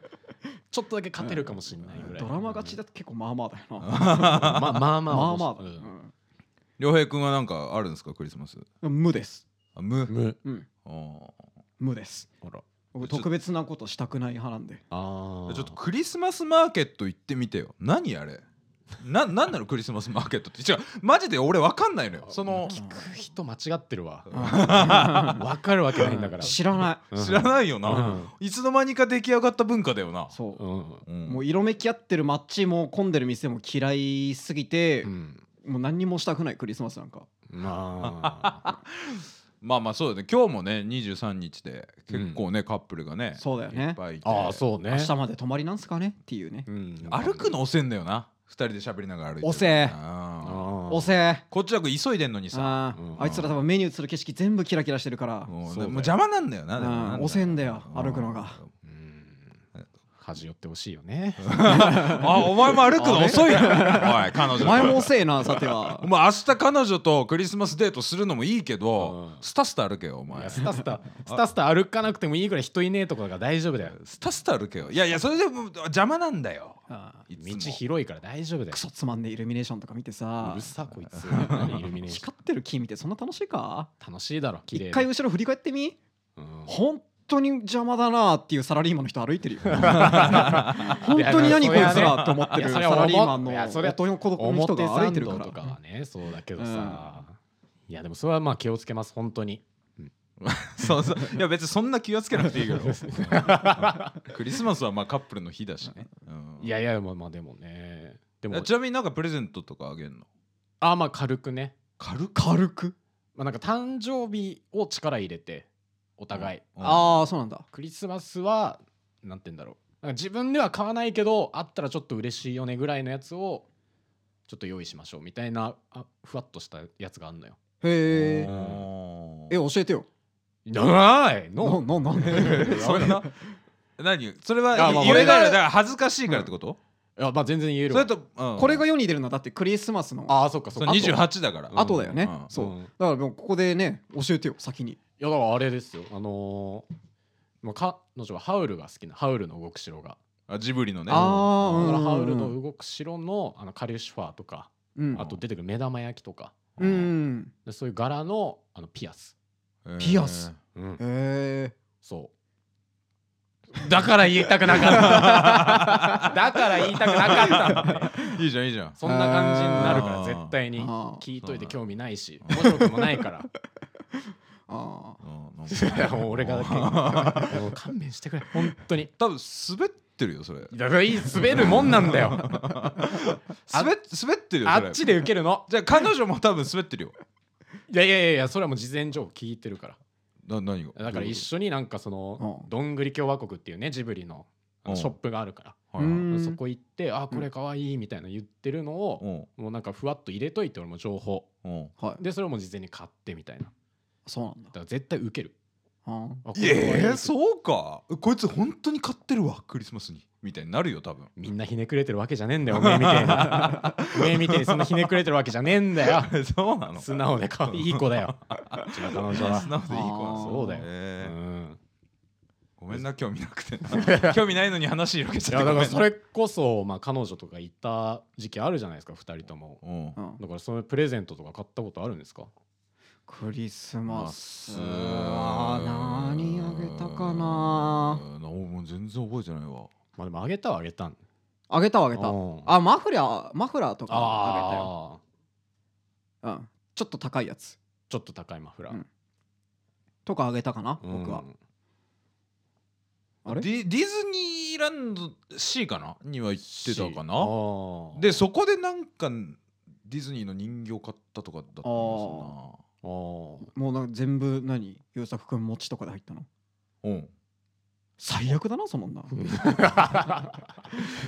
Speaker 3: ちょっとだけ勝てるかもしれないぐらい
Speaker 2: ドラマ勝ちだと結構まあまあだよな
Speaker 3: まあまあまあ
Speaker 2: まあまあ
Speaker 3: う
Speaker 2: だ
Speaker 3: ん
Speaker 1: 良平君はなんかあるんですかクリスマス
Speaker 2: うん無です
Speaker 1: あ無
Speaker 3: む
Speaker 2: うん
Speaker 1: あー
Speaker 2: 無です
Speaker 3: あら
Speaker 2: 僕特別なことしたくない派なんで
Speaker 3: あー
Speaker 1: ちょっとクリスマスマーケット行ってみてよ何あれななんなのクリスマスマーケットって違うマジで俺わかんないのよその
Speaker 3: 聞く人間違ってるわ
Speaker 2: うん
Speaker 3: わかるわけないんだから
Speaker 2: 知らな、
Speaker 3: うん
Speaker 1: 知らないよな、
Speaker 3: うん
Speaker 1: いつの間にか出来上がった文化だよない
Speaker 2: そうう、
Speaker 3: ん
Speaker 1: うん
Speaker 2: もう色めき合ってる街も混んでる店も嫌いすぎて、
Speaker 3: うん
Speaker 2: もう何にもしたくないクリスマスなんか
Speaker 3: まあ
Speaker 1: まあまあそうだね今日もね23日で結構ね、カップルがね
Speaker 2: そうだよね
Speaker 1: いっぱいいて
Speaker 3: ああそうね
Speaker 2: 明日まで泊まりなんすかねっていうね、
Speaker 3: うん
Speaker 1: 歩くの遅えんだよな2人で喋りながら歩いてる
Speaker 2: 遅え
Speaker 1: ああ
Speaker 3: あ
Speaker 2: おせー
Speaker 1: こっちは急いでんのにさ
Speaker 2: あー、
Speaker 3: うん
Speaker 2: あいつら多分目に映る景色全部キラキラしてるから、
Speaker 1: もう
Speaker 3: そう
Speaker 1: でも
Speaker 3: だよ
Speaker 1: う邪魔なんだよなでもな
Speaker 2: うん
Speaker 1: だろう
Speaker 2: 遅えんだよ
Speaker 1: うん
Speaker 2: 歩くのが
Speaker 3: うん恥寄ってほしいよ ね
Speaker 1: あお前も歩くの遅いなおい彼
Speaker 2: お
Speaker 1: 女
Speaker 2: 前も遅えなさては
Speaker 1: お前明日彼女とクリスマスデートするのもいいけど
Speaker 3: うん
Speaker 1: スタスタ歩けよお
Speaker 3: い
Speaker 1: 前
Speaker 3: やスタスタスタスタ歩かなくてもいいぐらい人いねえとこだから大丈夫だよ
Speaker 1: スタスタ歩けよいやいやそれでも邪魔なんだよ
Speaker 2: あー
Speaker 1: いつも
Speaker 3: 道広いから大丈夫だよ
Speaker 2: クソつまんでイルミネーションとか見てさ
Speaker 3: うるさこい つイルミネーション
Speaker 2: 光ってる木見てそんな楽しいか
Speaker 3: 楽しいだろ綺麗で
Speaker 2: 一回後ろ振り返ってみ
Speaker 3: うん
Speaker 2: 本当に邪魔だなっていうサラリーマンの人歩い てるよ本当に何こいつらと思ってる
Speaker 3: いや
Speaker 2: サ
Speaker 3: それは思
Speaker 2: ラリーマン
Speaker 3: いやそ
Speaker 2: の
Speaker 3: れは
Speaker 2: 男の子の人
Speaker 3: 表
Speaker 2: が歩い
Speaker 3: 参
Speaker 2: てる
Speaker 3: 道
Speaker 2: から
Speaker 3: とかはねそうだけどさいやでもそれはまあ気をつけます本当に
Speaker 1: そうそういや別にそんな気をつけなくていいけどクリスマスはまあカップルの日だしね、うん
Speaker 3: いやいやまあまあでもねでも
Speaker 1: ちなみになんかプレゼントとかあげんの
Speaker 3: あまあ軽くね
Speaker 1: 軽く
Speaker 2: 軽く
Speaker 3: まあなんか誕生日を力入れてお互い
Speaker 1: うん
Speaker 2: ああそうなんだ
Speaker 3: クリスマスはなんて言うんだろうなんか自分では買わないけどあったらちょっと嬉しいよねぐらいのやつをちょっと用意しましょうみたいなあふわっとしたやつがあんのよ
Speaker 2: へえ
Speaker 3: うん
Speaker 2: え教えてよ
Speaker 3: ない
Speaker 2: なななん で
Speaker 1: そんな何それは
Speaker 3: あま
Speaker 1: 言え
Speaker 3: あ
Speaker 1: ない
Speaker 2: 俺が
Speaker 1: だから恥ずかしいからってこと、
Speaker 3: いやまあ全然言える
Speaker 1: そ
Speaker 3: わ
Speaker 1: れと、うん
Speaker 2: これが世に出るのはだってクリスマスの
Speaker 3: ああそっかそ
Speaker 1: そ
Speaker 3: っ
Speaker 1: う
Speaker 3: か
Speaker 1: 28だから
Speaker 3: あと
Speaker 2: 後だよね
Speaker 1: うん
Speaker 2: そう
Speaker 3: うん
Speaker 2: だからもうここでね教えてよ先に
Speaker 3: いやだからあれですよあのーもう彼女はハウルが好きなハウルの動く城が、
Speaker 1: あジブリのね
Speaker 2: あー
Speaker 3: だから
Speaker 2: うん
Speaker 3: ハウルの動く城のあのカリシファーとか、
Speaker 2: うん
Speaker 3: あと出てくる目玉焼きとか
Speaker 2: う、ん
Speaker 3: でそういう柄のあのピアス、
Speaker 1: うん
Speaker 2: ピアスへえ
Speaker 3: そうだから言いたくなかった だから言いたくなかったんだって
Speaker 1: いいじゃんいいじゃん
Speaker 3: そんな感じになるから
Speaker 1: あー
Speaker 3: 絶対に
Speaker 2: あー
Speaker 3: 聞いといて興味ないし
Speaker 1: うん
Speaker 3: 面白くもないから
Speaker 2: あ
Speaker 1: うんなん
Speaker 3: い
Speaker 1: か
Speaker 3: やもう俺がもう勘弁してくれ本当に
Speaker 1: 多分滑ってるよそれ
Speaker 3: だからいい滑るもんなんだよ
Speaker 1: 滑っ滑ってるよ
Speaker 3: あ
Speaker 1: それ
Speaker 3: っちで受けるの
Speaker 1: じゃあ彼女も多分滑ってるよ
Speaker 3: いやいやいやいやそれはもう事前情報聞いてるから
Speaker 1: な何が
Speaker 3: だから一緒になんかそのどんぐり共和国っていうねジブリのあの
Speaker 1: うん
Speaker 3: ショップがあるか
Speaker 2: あ
Speaker 1: はいはい
Speaker 3: らそこ行ってあこれかわいいみたいな言ってるの
Speaker 1: う
Speaker 3: を
Speaker 1: ん
Speaker 3: もうなんかふわっと入れといて俺も情報
Speaker 1: うん
Speaker 2: はい
Speaker 3: でそれをもう事前に買ってみたいなだ
Speaker 2: そうなんだ
Speaker 3: から絶対受ける
Speaker 2: あ
Speaker 3: あこれかわいい
Speaker 1: ええそうかこいつ本当に買ってるわクリスマスにみたいになるよ多分
Speaker 3: みんなひねくれてるわけじゃねえんだよおめえみたいなおめえみたいにそんなひねくれてるわけじゃねえんだよ
Speaker 1: そうなの
Speaker 3: 素直で可愛い子だようちの彼女は
Speaker 1: 素直でいい子なん
Speaker 2: そう
Speaker 3: だよう
Speaker 1: ええ
Speaker 3: ん
Speaker 1: ごめんな興味なく て興味ないのに話広げ
Speaker 3: い
Speaker 1: ちゃっ
Speaker 3: や
Speaker 1: て
Speaker 3: だ
Speaker 1: ごめ
Speaker 3: から
Speaker 1: ん
Speaker 3: それこそまあ彼女とかいた時期あるじゃないですか2人とも
Speaker 1: うん
Speaker 2: あ、うん、
Speaker 3: だからそのプレゼントとか買ったことあるんですか
Speaker 2: クリスマス
Speaker 1: う
Speaker 2: あー何あげたかな
Speaker 1: うんおもう全然覚えてないわ
Speaker 3: まあでもあげたはあげたん
Speaker 2: あげたはあ
Speaker 3: あ
Speaker 2: げた
Speaker 3: あ
Speaker 2: あマフラーマフラーとかあげたよ
Speaker 3: あー
Speaker 2: うん、ちょっと高いやつ
Speaker 3: ちょっと高いマフラー、
Speaker 2: うんとかあげたかな、
Speaker 3: うん
Speaker 2: 僕はあ
Speaker 1: デ
Speaker 2: れ
Speaker 1: ィディズニーランド C かなには行ってたかな
Speaker 3: な
Speaker 1: でそこでなんかディズニーの人形買ったとかだったんですよ
Speaker 3: あ ー
Speaker 2: もうなんか全部何優作くん持ちとかで入ったの
Speaker 1: なうん
Speaker 2: 最悪だなそんな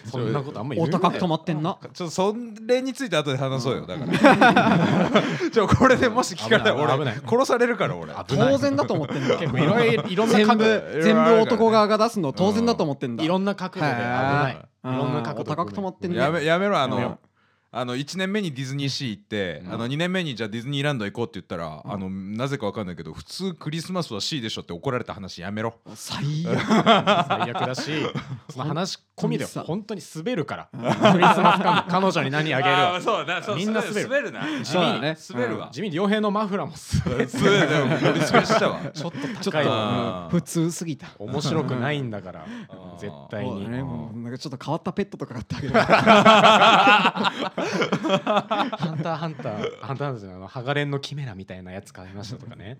Speaker 3: そんなことあんま言
Speaker 2: お
Speaker 3: うなよ
Speaker 2: 高く止まってんな
Speaker 1: ちょっとそれについて後で話そうよ、
Speaker 3: うん
Speaker 1: だから ちょこれでもし聞かれたら
Speaker 3: 危ない
Speaker 1: 俺
Speaker 3: 危ない
Speaker 1: 殺されるから俺
Speaker 3: 危ない
Speaker 2: 当然だと思ってんだ
Speaker 3: 結構いろいろいろんな
Speaker 2: 全
Speaker 3: 角
Speaker 2: 部
Speaker 3: 度
Speaker 2: 全部男側が出すの当然だと思ってんだ
Speaker 3: いろんな角度で危ないい
Speaker 2: うん
Speaker 3: ろんな角度
Speaker 2: お高く止まってんね
Speaker 1: やめやめろあ
Speaker 2: やめ
Speaker 1: の
Speaker 2: よ
Speaker 1: あの1年目にディズニーシー行って、
Speaker 3: うん
Speaker 1: あの2年目にじゃあディズニーランド行こうって言ったら、
Speaker 2: うん
Speaker 1: あのなぜかわかんないけど普通クリスマスは C でしょって怒られた話やめろ
Speaker 2: 最悪
Speaker 3: 最悪だしその話込みで
Speaker 2: さ
Speaker 3: 本当に滑るから
Speaker 2: うん
Speaker 3: クリスマス感彼女に何あげる
Speaker 1: あー
Speaker 3: わ
Speaker 1: そうだなそう
Speaker 3: みんな
Speaker 1: 滑る滑
Speaker 3: 滑
Speaker 1: るな地
Speaker 2: そうだね
Speaker 1: 滑るわ
Speaker 3: 地味に傭兵のマフラーも滑る
Speaker 1: 滑るでも呼びつけしたわ
Speaker 3: ちょっと
Speaker 2: ちょっ
Speaker 3: 高いわ
Speaker 1: あー
Speaker 2: と普通すぎた
Speaker 3: 面白くないんだから
Speaker 1: うん
Speaker 3: 絶対
Speaker 2: そう
Speaker 3: に
Speaker 2: だね
Speaker 1: うん
Speaker 2: もうなんかちょっと変わったペットとか買ってあげる
Speaker 3: ハンターハンターハンターハンターじゃないあのハガレンのキメラみたいなやつ買いましたとかね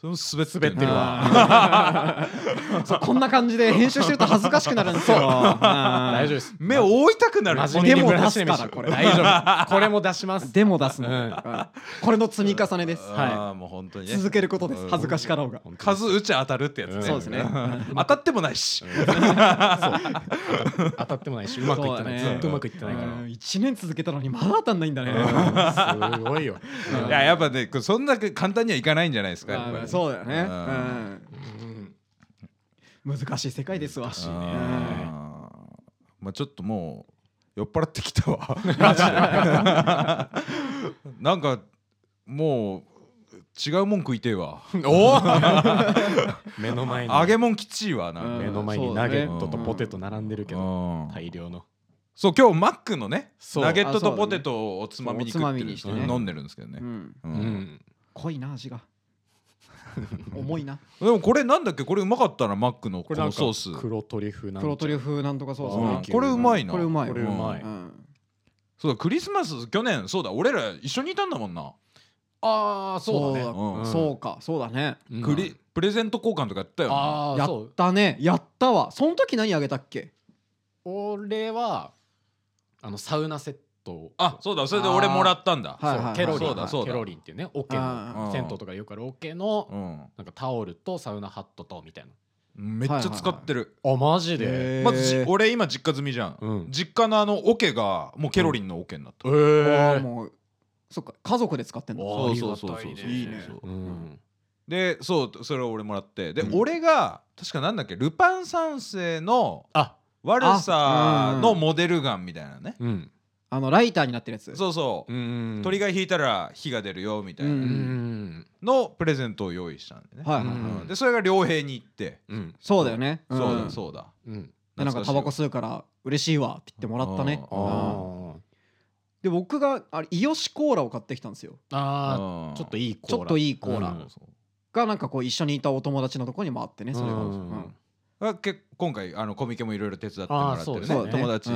Speaker 1: その滑
Speaker 3: 滑ってるわ
Speaker 2: そうこんな感じで編集してると恥ずかしくなるんですよ
Speaker 3: 大
Speaker 2: 大
Speaker 3: 丈夫です
Speaker 1: 目を覆いたくなる
Speaker 3: 真面目に
Speaker 2: でも
Speaker 3: ブ
Speaker 2: 出
Speaker 3: ラ
Speaker 2: す
Speaker 3: シ
Speaker 2: から
Speaker 3: で飯
Speaker 2: これ
Speaker 3: 大丈夫これも出します
Speaker 2: でも出すの、
Speaker 3: うん
Speaker 2: これの積み重ねです、は
Speaker 1: あーもう本当に
Speaker 2: い、
Speaker 1: ね
Speaker 2: 続けることです恥ずかしからうが、
Speaker 1: 数打ち当たるってやつね
Speaker 3: うん
Speaker 2: そうですね
Speaker 1: 当たってもないし
Speaker 3: 当たってもないしうまくいってない
Speaker 2: そうだね
Speaker 3: ずっとうまくいってないか
Speaker 2: 1年続けたのにまだ当たんないんだね、
Speaker 3: らすごいよ
Speaker 2: うん
Speaker 1: いややっぱねこうそんな簡単にはいかないんじゃないですかやっぱ
Speaker 2: あ
Speaker 1: り
Speaker 2: そうだよね、
Speaker 3: うん
Speaker 2: うん難しい世界ですわ
Speaker 1: うん
Speaker 2: うん
Speaker 1: まあちょっともう酔っ払ってきたわ なんかもう違うもん食いてえわ
Speaker 3: お 目の前に
Speaker 1: 揚げもんきちいわなんか
Speaker 2: うん
Speaker 3: 目の前にナゲットとポテト並んでるけど
Speaker 1: うん
Speaker 3: 大量の
Speaker 1: そう今日マックのね
Speaker 3: そう
Speaker 1: ナゲット
Speaker 2: あそう
Speaker 1: と
Speaker 2: だね
Speaker 1: ポテトをおつまみに食ってる
Speaker 2: そう
Speaker 3: おつまみにしてね
Speaker 1: 飲んでるんですけどね
Speaker 2: う、ん
Speaker 1: う
Speaker 3: うんん
Speaker 2: 濃いな味 が重いな
Speaker 1: でもこれなんだっけこれうまかったなマックのこ
Speaker 3: これな
Speaker 1: の
Speaker 3: んか
Speaker 1: ソース
Speaker 3: 黒トリュフなん
Speaker 2: 黒トリュフなんとかソース
Speaker 1: うん
Speaker 2: ね
Speaker 1: これうまいな
Speaker 2: これうまいよ
Speaker 3: これうまい
Speaker 2: うん
Speaker 1: そうだクリスマス去年そうだ俺ら一緒にいたんだもんな、
Speaker 3: ああそうだ
Speaker 2: そう
Speaker 3: ね
Speaker 1: うん
Speaker 3: うん
Speaker 2: そうかそうだね
Speaker 3: うん
Speaker 1: クリプレゼント交換とかやったよな
Speaker 3: あ
Speaker 2: やっ
Speaker 3: あそう
Speaker 2: たねやったわその時何あげたっけ
Speaker 3: 俺はあのサウナセットを
Speaker 1: あそうだそれで俺もらったんだ
Speaker 2: あーはいはいはい
Speaker 3: ケロリン
Speaker 1: そうだそうだ
Speaker 3: ケロリンっていうねオケ
Speaker 2: あ
Speaker 1: ー
Speaker 3: の銭湯とかでよくあるオケの
Speaker 1: うん
Speaker 3: なんかタオルとサウナハットとみたい
Speaker 1: めっちゃ使ってる、
Speaker 3: なあマジで
Speaker 2: へー
Speaker 1: まずじ俺今実家済みじゃん、
Speaker 3: うん
Speaker 1: 実家のあの桶がもうケロリンの桶になった、
Speaker 3: え
Speaker 2: あー
Speaker 3: え
Speaker 2: もうそっか家族で使ってんだ
Speaker 3: おーありがたいね
Speaker 1: いい
Speaker 2: いいね
Speaker 1: ね
Speaker 3: うん
Speaker 1: でそうそれを俺もらってで、
Speaker 3: うん
Speaker 1: 俺が確かなんだっけルパン三世の
Speaker 3: あ
Speaker 1: 悪
Speaker 2: あ
Speaker 1: さ
Speaker 2: うん
Speaker 1: のモデルガンみたいなね、
Speaker 3: うん
Speaker 2: あのライターになってるやつ
Speaker 1: そうそう、
Speaker 3: うん
Speaker 1: 鳥が引いたら火が出るよみたいな、
Speaker 2: うん
Speaker 3: うん
Speaker 1: のプレゼントを用意したんでね、
Speaker 2: はいはいはい
Speaker 1: うんでそれが良平に行って、
Speaker 3: うん
Speaker 2: そうだよねん
Speaker 1: そうだそうだ
Speaker 3: うん
Speaker 2: でなんかタバ
Speaker 1: 懐
Speaker 2: コ
Speaker 1: しい
Speaker 2: 吸うから嬉しいわって言ってもらったね
Speaker 1: あ
Speaker 2: うん
Speaker 3: あ
Speaker 2: で僕があれイヨシコーラを買ってきたんですよ
Speaker 1: わ
Speaker 3: あ
Speaker 1: うん
Speaker 3: ーちょっといいコ
Speaker 2: ち
Speaker 3: ーラ
Speaker 2: ょっといいコー
Speaker 1: そう
Speaker 2: ラ、
Speaker 3: うん
Speaker 1: そう
Speaker 2: がなんかこう一緒にいたお友達のとこに回ってねそれが、
Speaker 3: うん
Speaker 2: うん
Speaker 1: が結今回あのコミケもいろいろ手伝ってもらってる
Speaker 3: あー
Speaker 1: ね
Speaker 2: そうだね
Speaker 1: 友達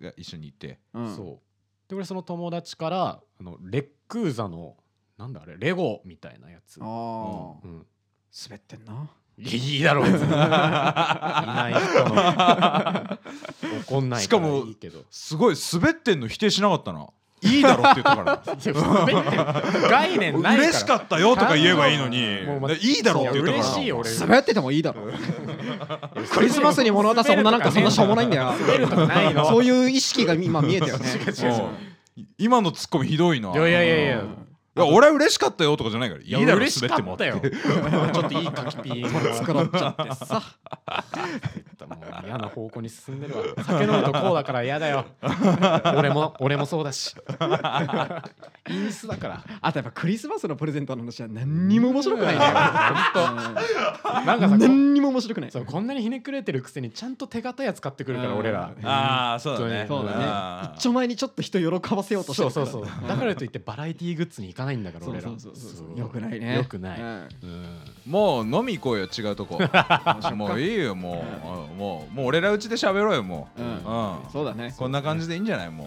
Speaker 1: が一緒にいて、
Speaker 2: うん
Speaker 3: そうで俺その友達からあのレックーザのなんだあれレゴみたいなやつ、
Speaker 2: ああ、
Speaker 3: うん、
Speaker 2: 滑ってんない
Speaker 3: いだろ別に いない人 の怒んない
Speaker 1: しからも
Speaker 3: いいけど
Speaker 1: すごい滑ってんの否定しなかったないいだろって言ったから
Speaker 3: 概念ないから
Speaker 1: 嬉しかったよとか言えばいいのに
Speaker 3: もうま
Speaker 1: でいいだろって言ったか
Speaker 3: いや
Speaker 1: ら
Speaker 3: 嬉しいよ俺
Speaker 2: 滑っててもいいだろ クリスマスに物渡す女なんかそんなしょうもないんだよ
Speaker 3: 滑るとかないの
Speaker 2: そういう意識が今見え たよね
Speaker 1: うん今のツッコミひどいない
Speaker 3: いやいやいやいや
Speaker 1: いや俺は嬉しかったよとかじゃないからい
Speaker 3: いや
Speaker 1: いだろ
Speaker 3: 嬉し
Speaker 1: 滑って
Speaker 3: か
Speaker 1: も
Speaker 3: ったよ ちょっといい書きピンを
Speaker 2: 作らっちゃってさ
Speaker 3: もう嫌な方向に進んでるわ酒飲むとこうだから嫌だよ 俺も俺もそうだしインスだから
Speaker 2: あとやっぱクリスマスのプレゼントの話は何にも面白くないね
Speaker 3: なんか
Speaker 2: う
Speaker 3: さ
Speaker 2: ん
Speaker 3: こ
Speaker 2: 何にも面白くない
Speaker 3: そうこんなにひねくれてるくせにちゃんと手堅いやつ買ってくるから
Speaker 2: うん
Speaker 3: 俺ら
Speaker 1: ああそうだね
Speaker 2: そうだね
Speaker 1: あー
Speaker 2: 一丁前にちょっと人喜ばせようとして
Speaker 3: そう
Speaker 2: るか
Speaker 3: そう
Speaker 2: ら
Speaker 3: そうだからといってバラエティーグッズに行かないんだから俺ら
Speaker 2: そうそうそうそう
Speaker 3: そう
Speaker 2: よくないね
Speaker 3: よくない
Speaker 2: うん
Speaker 3: うん
Speaker 1: もう飲み行こうよ違うと こもういいよもうもうもう俺らうちで喋ろうよもう、
Speaker 2: うん
Speaker 1: うん
Speaker 2: そうだね
Speaker 1: こんな感じでいいんじゃないも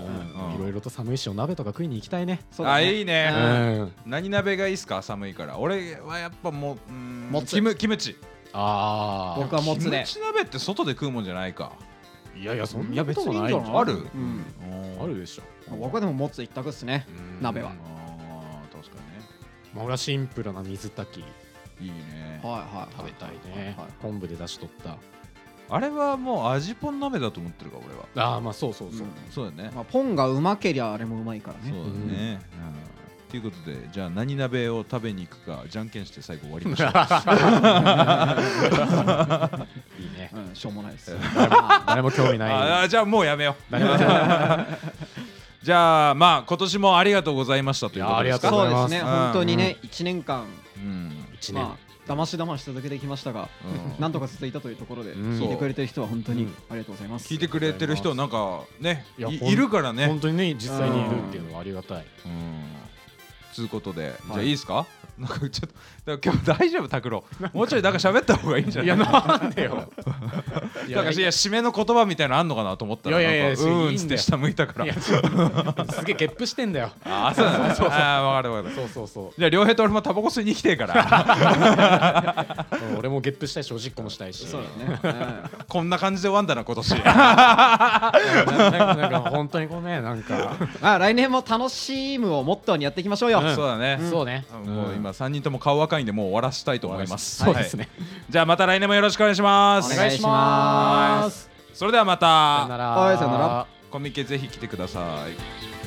Speaker 1: う、
Speaker 3: いろいろと寒いしお鍋とか食いに行きたいね
Speaker 2: そうだ
Speaker 1: あ
Speaker 2: ね
Speaker 1: いいね、
Speaker 2: う
Speaker 3: うん
Speaker 1: 何鍋がいいっすか寒いから俺はやっぱもううーん
Speaker 2: もつ
Speaker 1: キムキムチ
Speaker 3: あ
Speaker 2: 僕はもつで
Speaker 1: キムチ鍋って外で食うもんじゃないか
Speaker 3: あいやいやそん
Speaker 2: い
Speaker 3: な
Speaker 2: や
Speaker 3: こ
Speaker 2: 別に
Speaker 3: と
Speaker 2: いいん
Speaker 3: ない
Speaker 2: じゃ
Speaker 3: よ
Speaker 2: ない
Speaker 1: ある
Speaker 2: うん
Speaker 1: あ
Speaker 3: あるでしょ
Speaker 2: 僕はでももつ一択っすね鍋は
Speaker 1: ああー確か
Speaker 3: まあ俺はシンプルな水炊き
Speaker 1: にねいいね
Speaker 2: はいはい
Speaker 3: 食べたいね
Speaker 2: はい
Speaker 3: 昆布で出しとった
Speaker 1: あれはもう味ぽん鍋だと思ってるから俺は
Speaker 3: ああまあそうそうそううん
Speaker 1: そうだよね、
Speaker 2: まあ、ポンがうまけりゃあれもうまいから
Speaker 1: そう
Speaker 2: ね
Speaker 1: だねと、うん、いうことでじゃあ何鍋を食べに行くかじゃんけんして最後終わりましょう
Speaker 3: いいね
Speaker 2: うん、しょうもないです
Speaker 3: 誰も興味
Speaker 1: あ
Speaker 3: ない
Speaker 1: ーじゃあもうやめよ
Speaker 3: 誰も興味ないう
Speaker 1: じゃあまあ今年もありがとうございましたということですか
Speaker 3: いや
Speaker 2: そう
Speaker 3: ありがとござい
Speaker 2: で
Speaker 3: ます
Speaker 2: すね
Speaker 1: うん
Speaker 2: 本当にね一年間
Speaker 1: うん
Speaker 3: 一年
Speaker 2: まあだましだまし続けてきましたが、
Speaker 1: うん
Speaker 2: なんとか続いたというところで、
Speaker 3: うん
Speaker 2: 聞いてくれてる人は本当
Speaker 3: う
Speaker 2: に
Speaker 3: ん
Speaker 2: ありがとうございます。
Speaker 1: 聞いてくれてる人なんかね
Speaker 3: いや
Speaker 1: い
Speaker 3: ほん
Speaker 1: いるからね
Speaker 3: 本当にね実際にいるっていうのはありがたい
Speaker 1: うんつうことで、じゃあ
Speaker 2: はい
Speaker 1: いいですか なんかちょっとだから今日大丈夫拓郎もうちょいなんか喋った方がいいんじゃない
Speaker 3: いやなんでよい
Speaker 1: なんかいや締めの言葉みたいなのあんのかなと思ったら
Speaker 3: いやいやい
Speaker 1: な
Speaker 3: や
Speaker 1: んかうーん
Speaker 3: いいんだよ
Speaker 1: つって下向いたから
Speaker 3: いやちょっとすげえゲップしてんだよ
Speaker 1: ああそうなんだああ分かる分かる
Speaker 3: そうそうそ
Speaker 1: じゃあ両平と俺もタバコ吸いに来てえから
Speaker 3: う俺もゲップしたいしおしっこもしたいし
Speaker 2: そうだね。
Speaker 1: こんな感じで終わんだな 今年
Speaker 3: なななんか本当にごめんなんか
Speaker 2: まあ来年も楽しむをモットーにやっていきましょうよ。
Speaker 1: そうだね、
Speaker 3: そうね
Speaker 1: もう今3人とも顔赤いんでもう終わらしたいと思います
Speaker 3: そうですね
Speaker 1: はいじゃあまた来年もよろしくお願いしま
Speaker 2: お
Speaker 1: す
Speaker 2: 願いします。
Speaker 1: それではま
Speaker 3: さよ
Speaker 1: た
Speaker 3: なら
Speaker 2: はいさよなら
Speaker 1: コミケぜひ来てください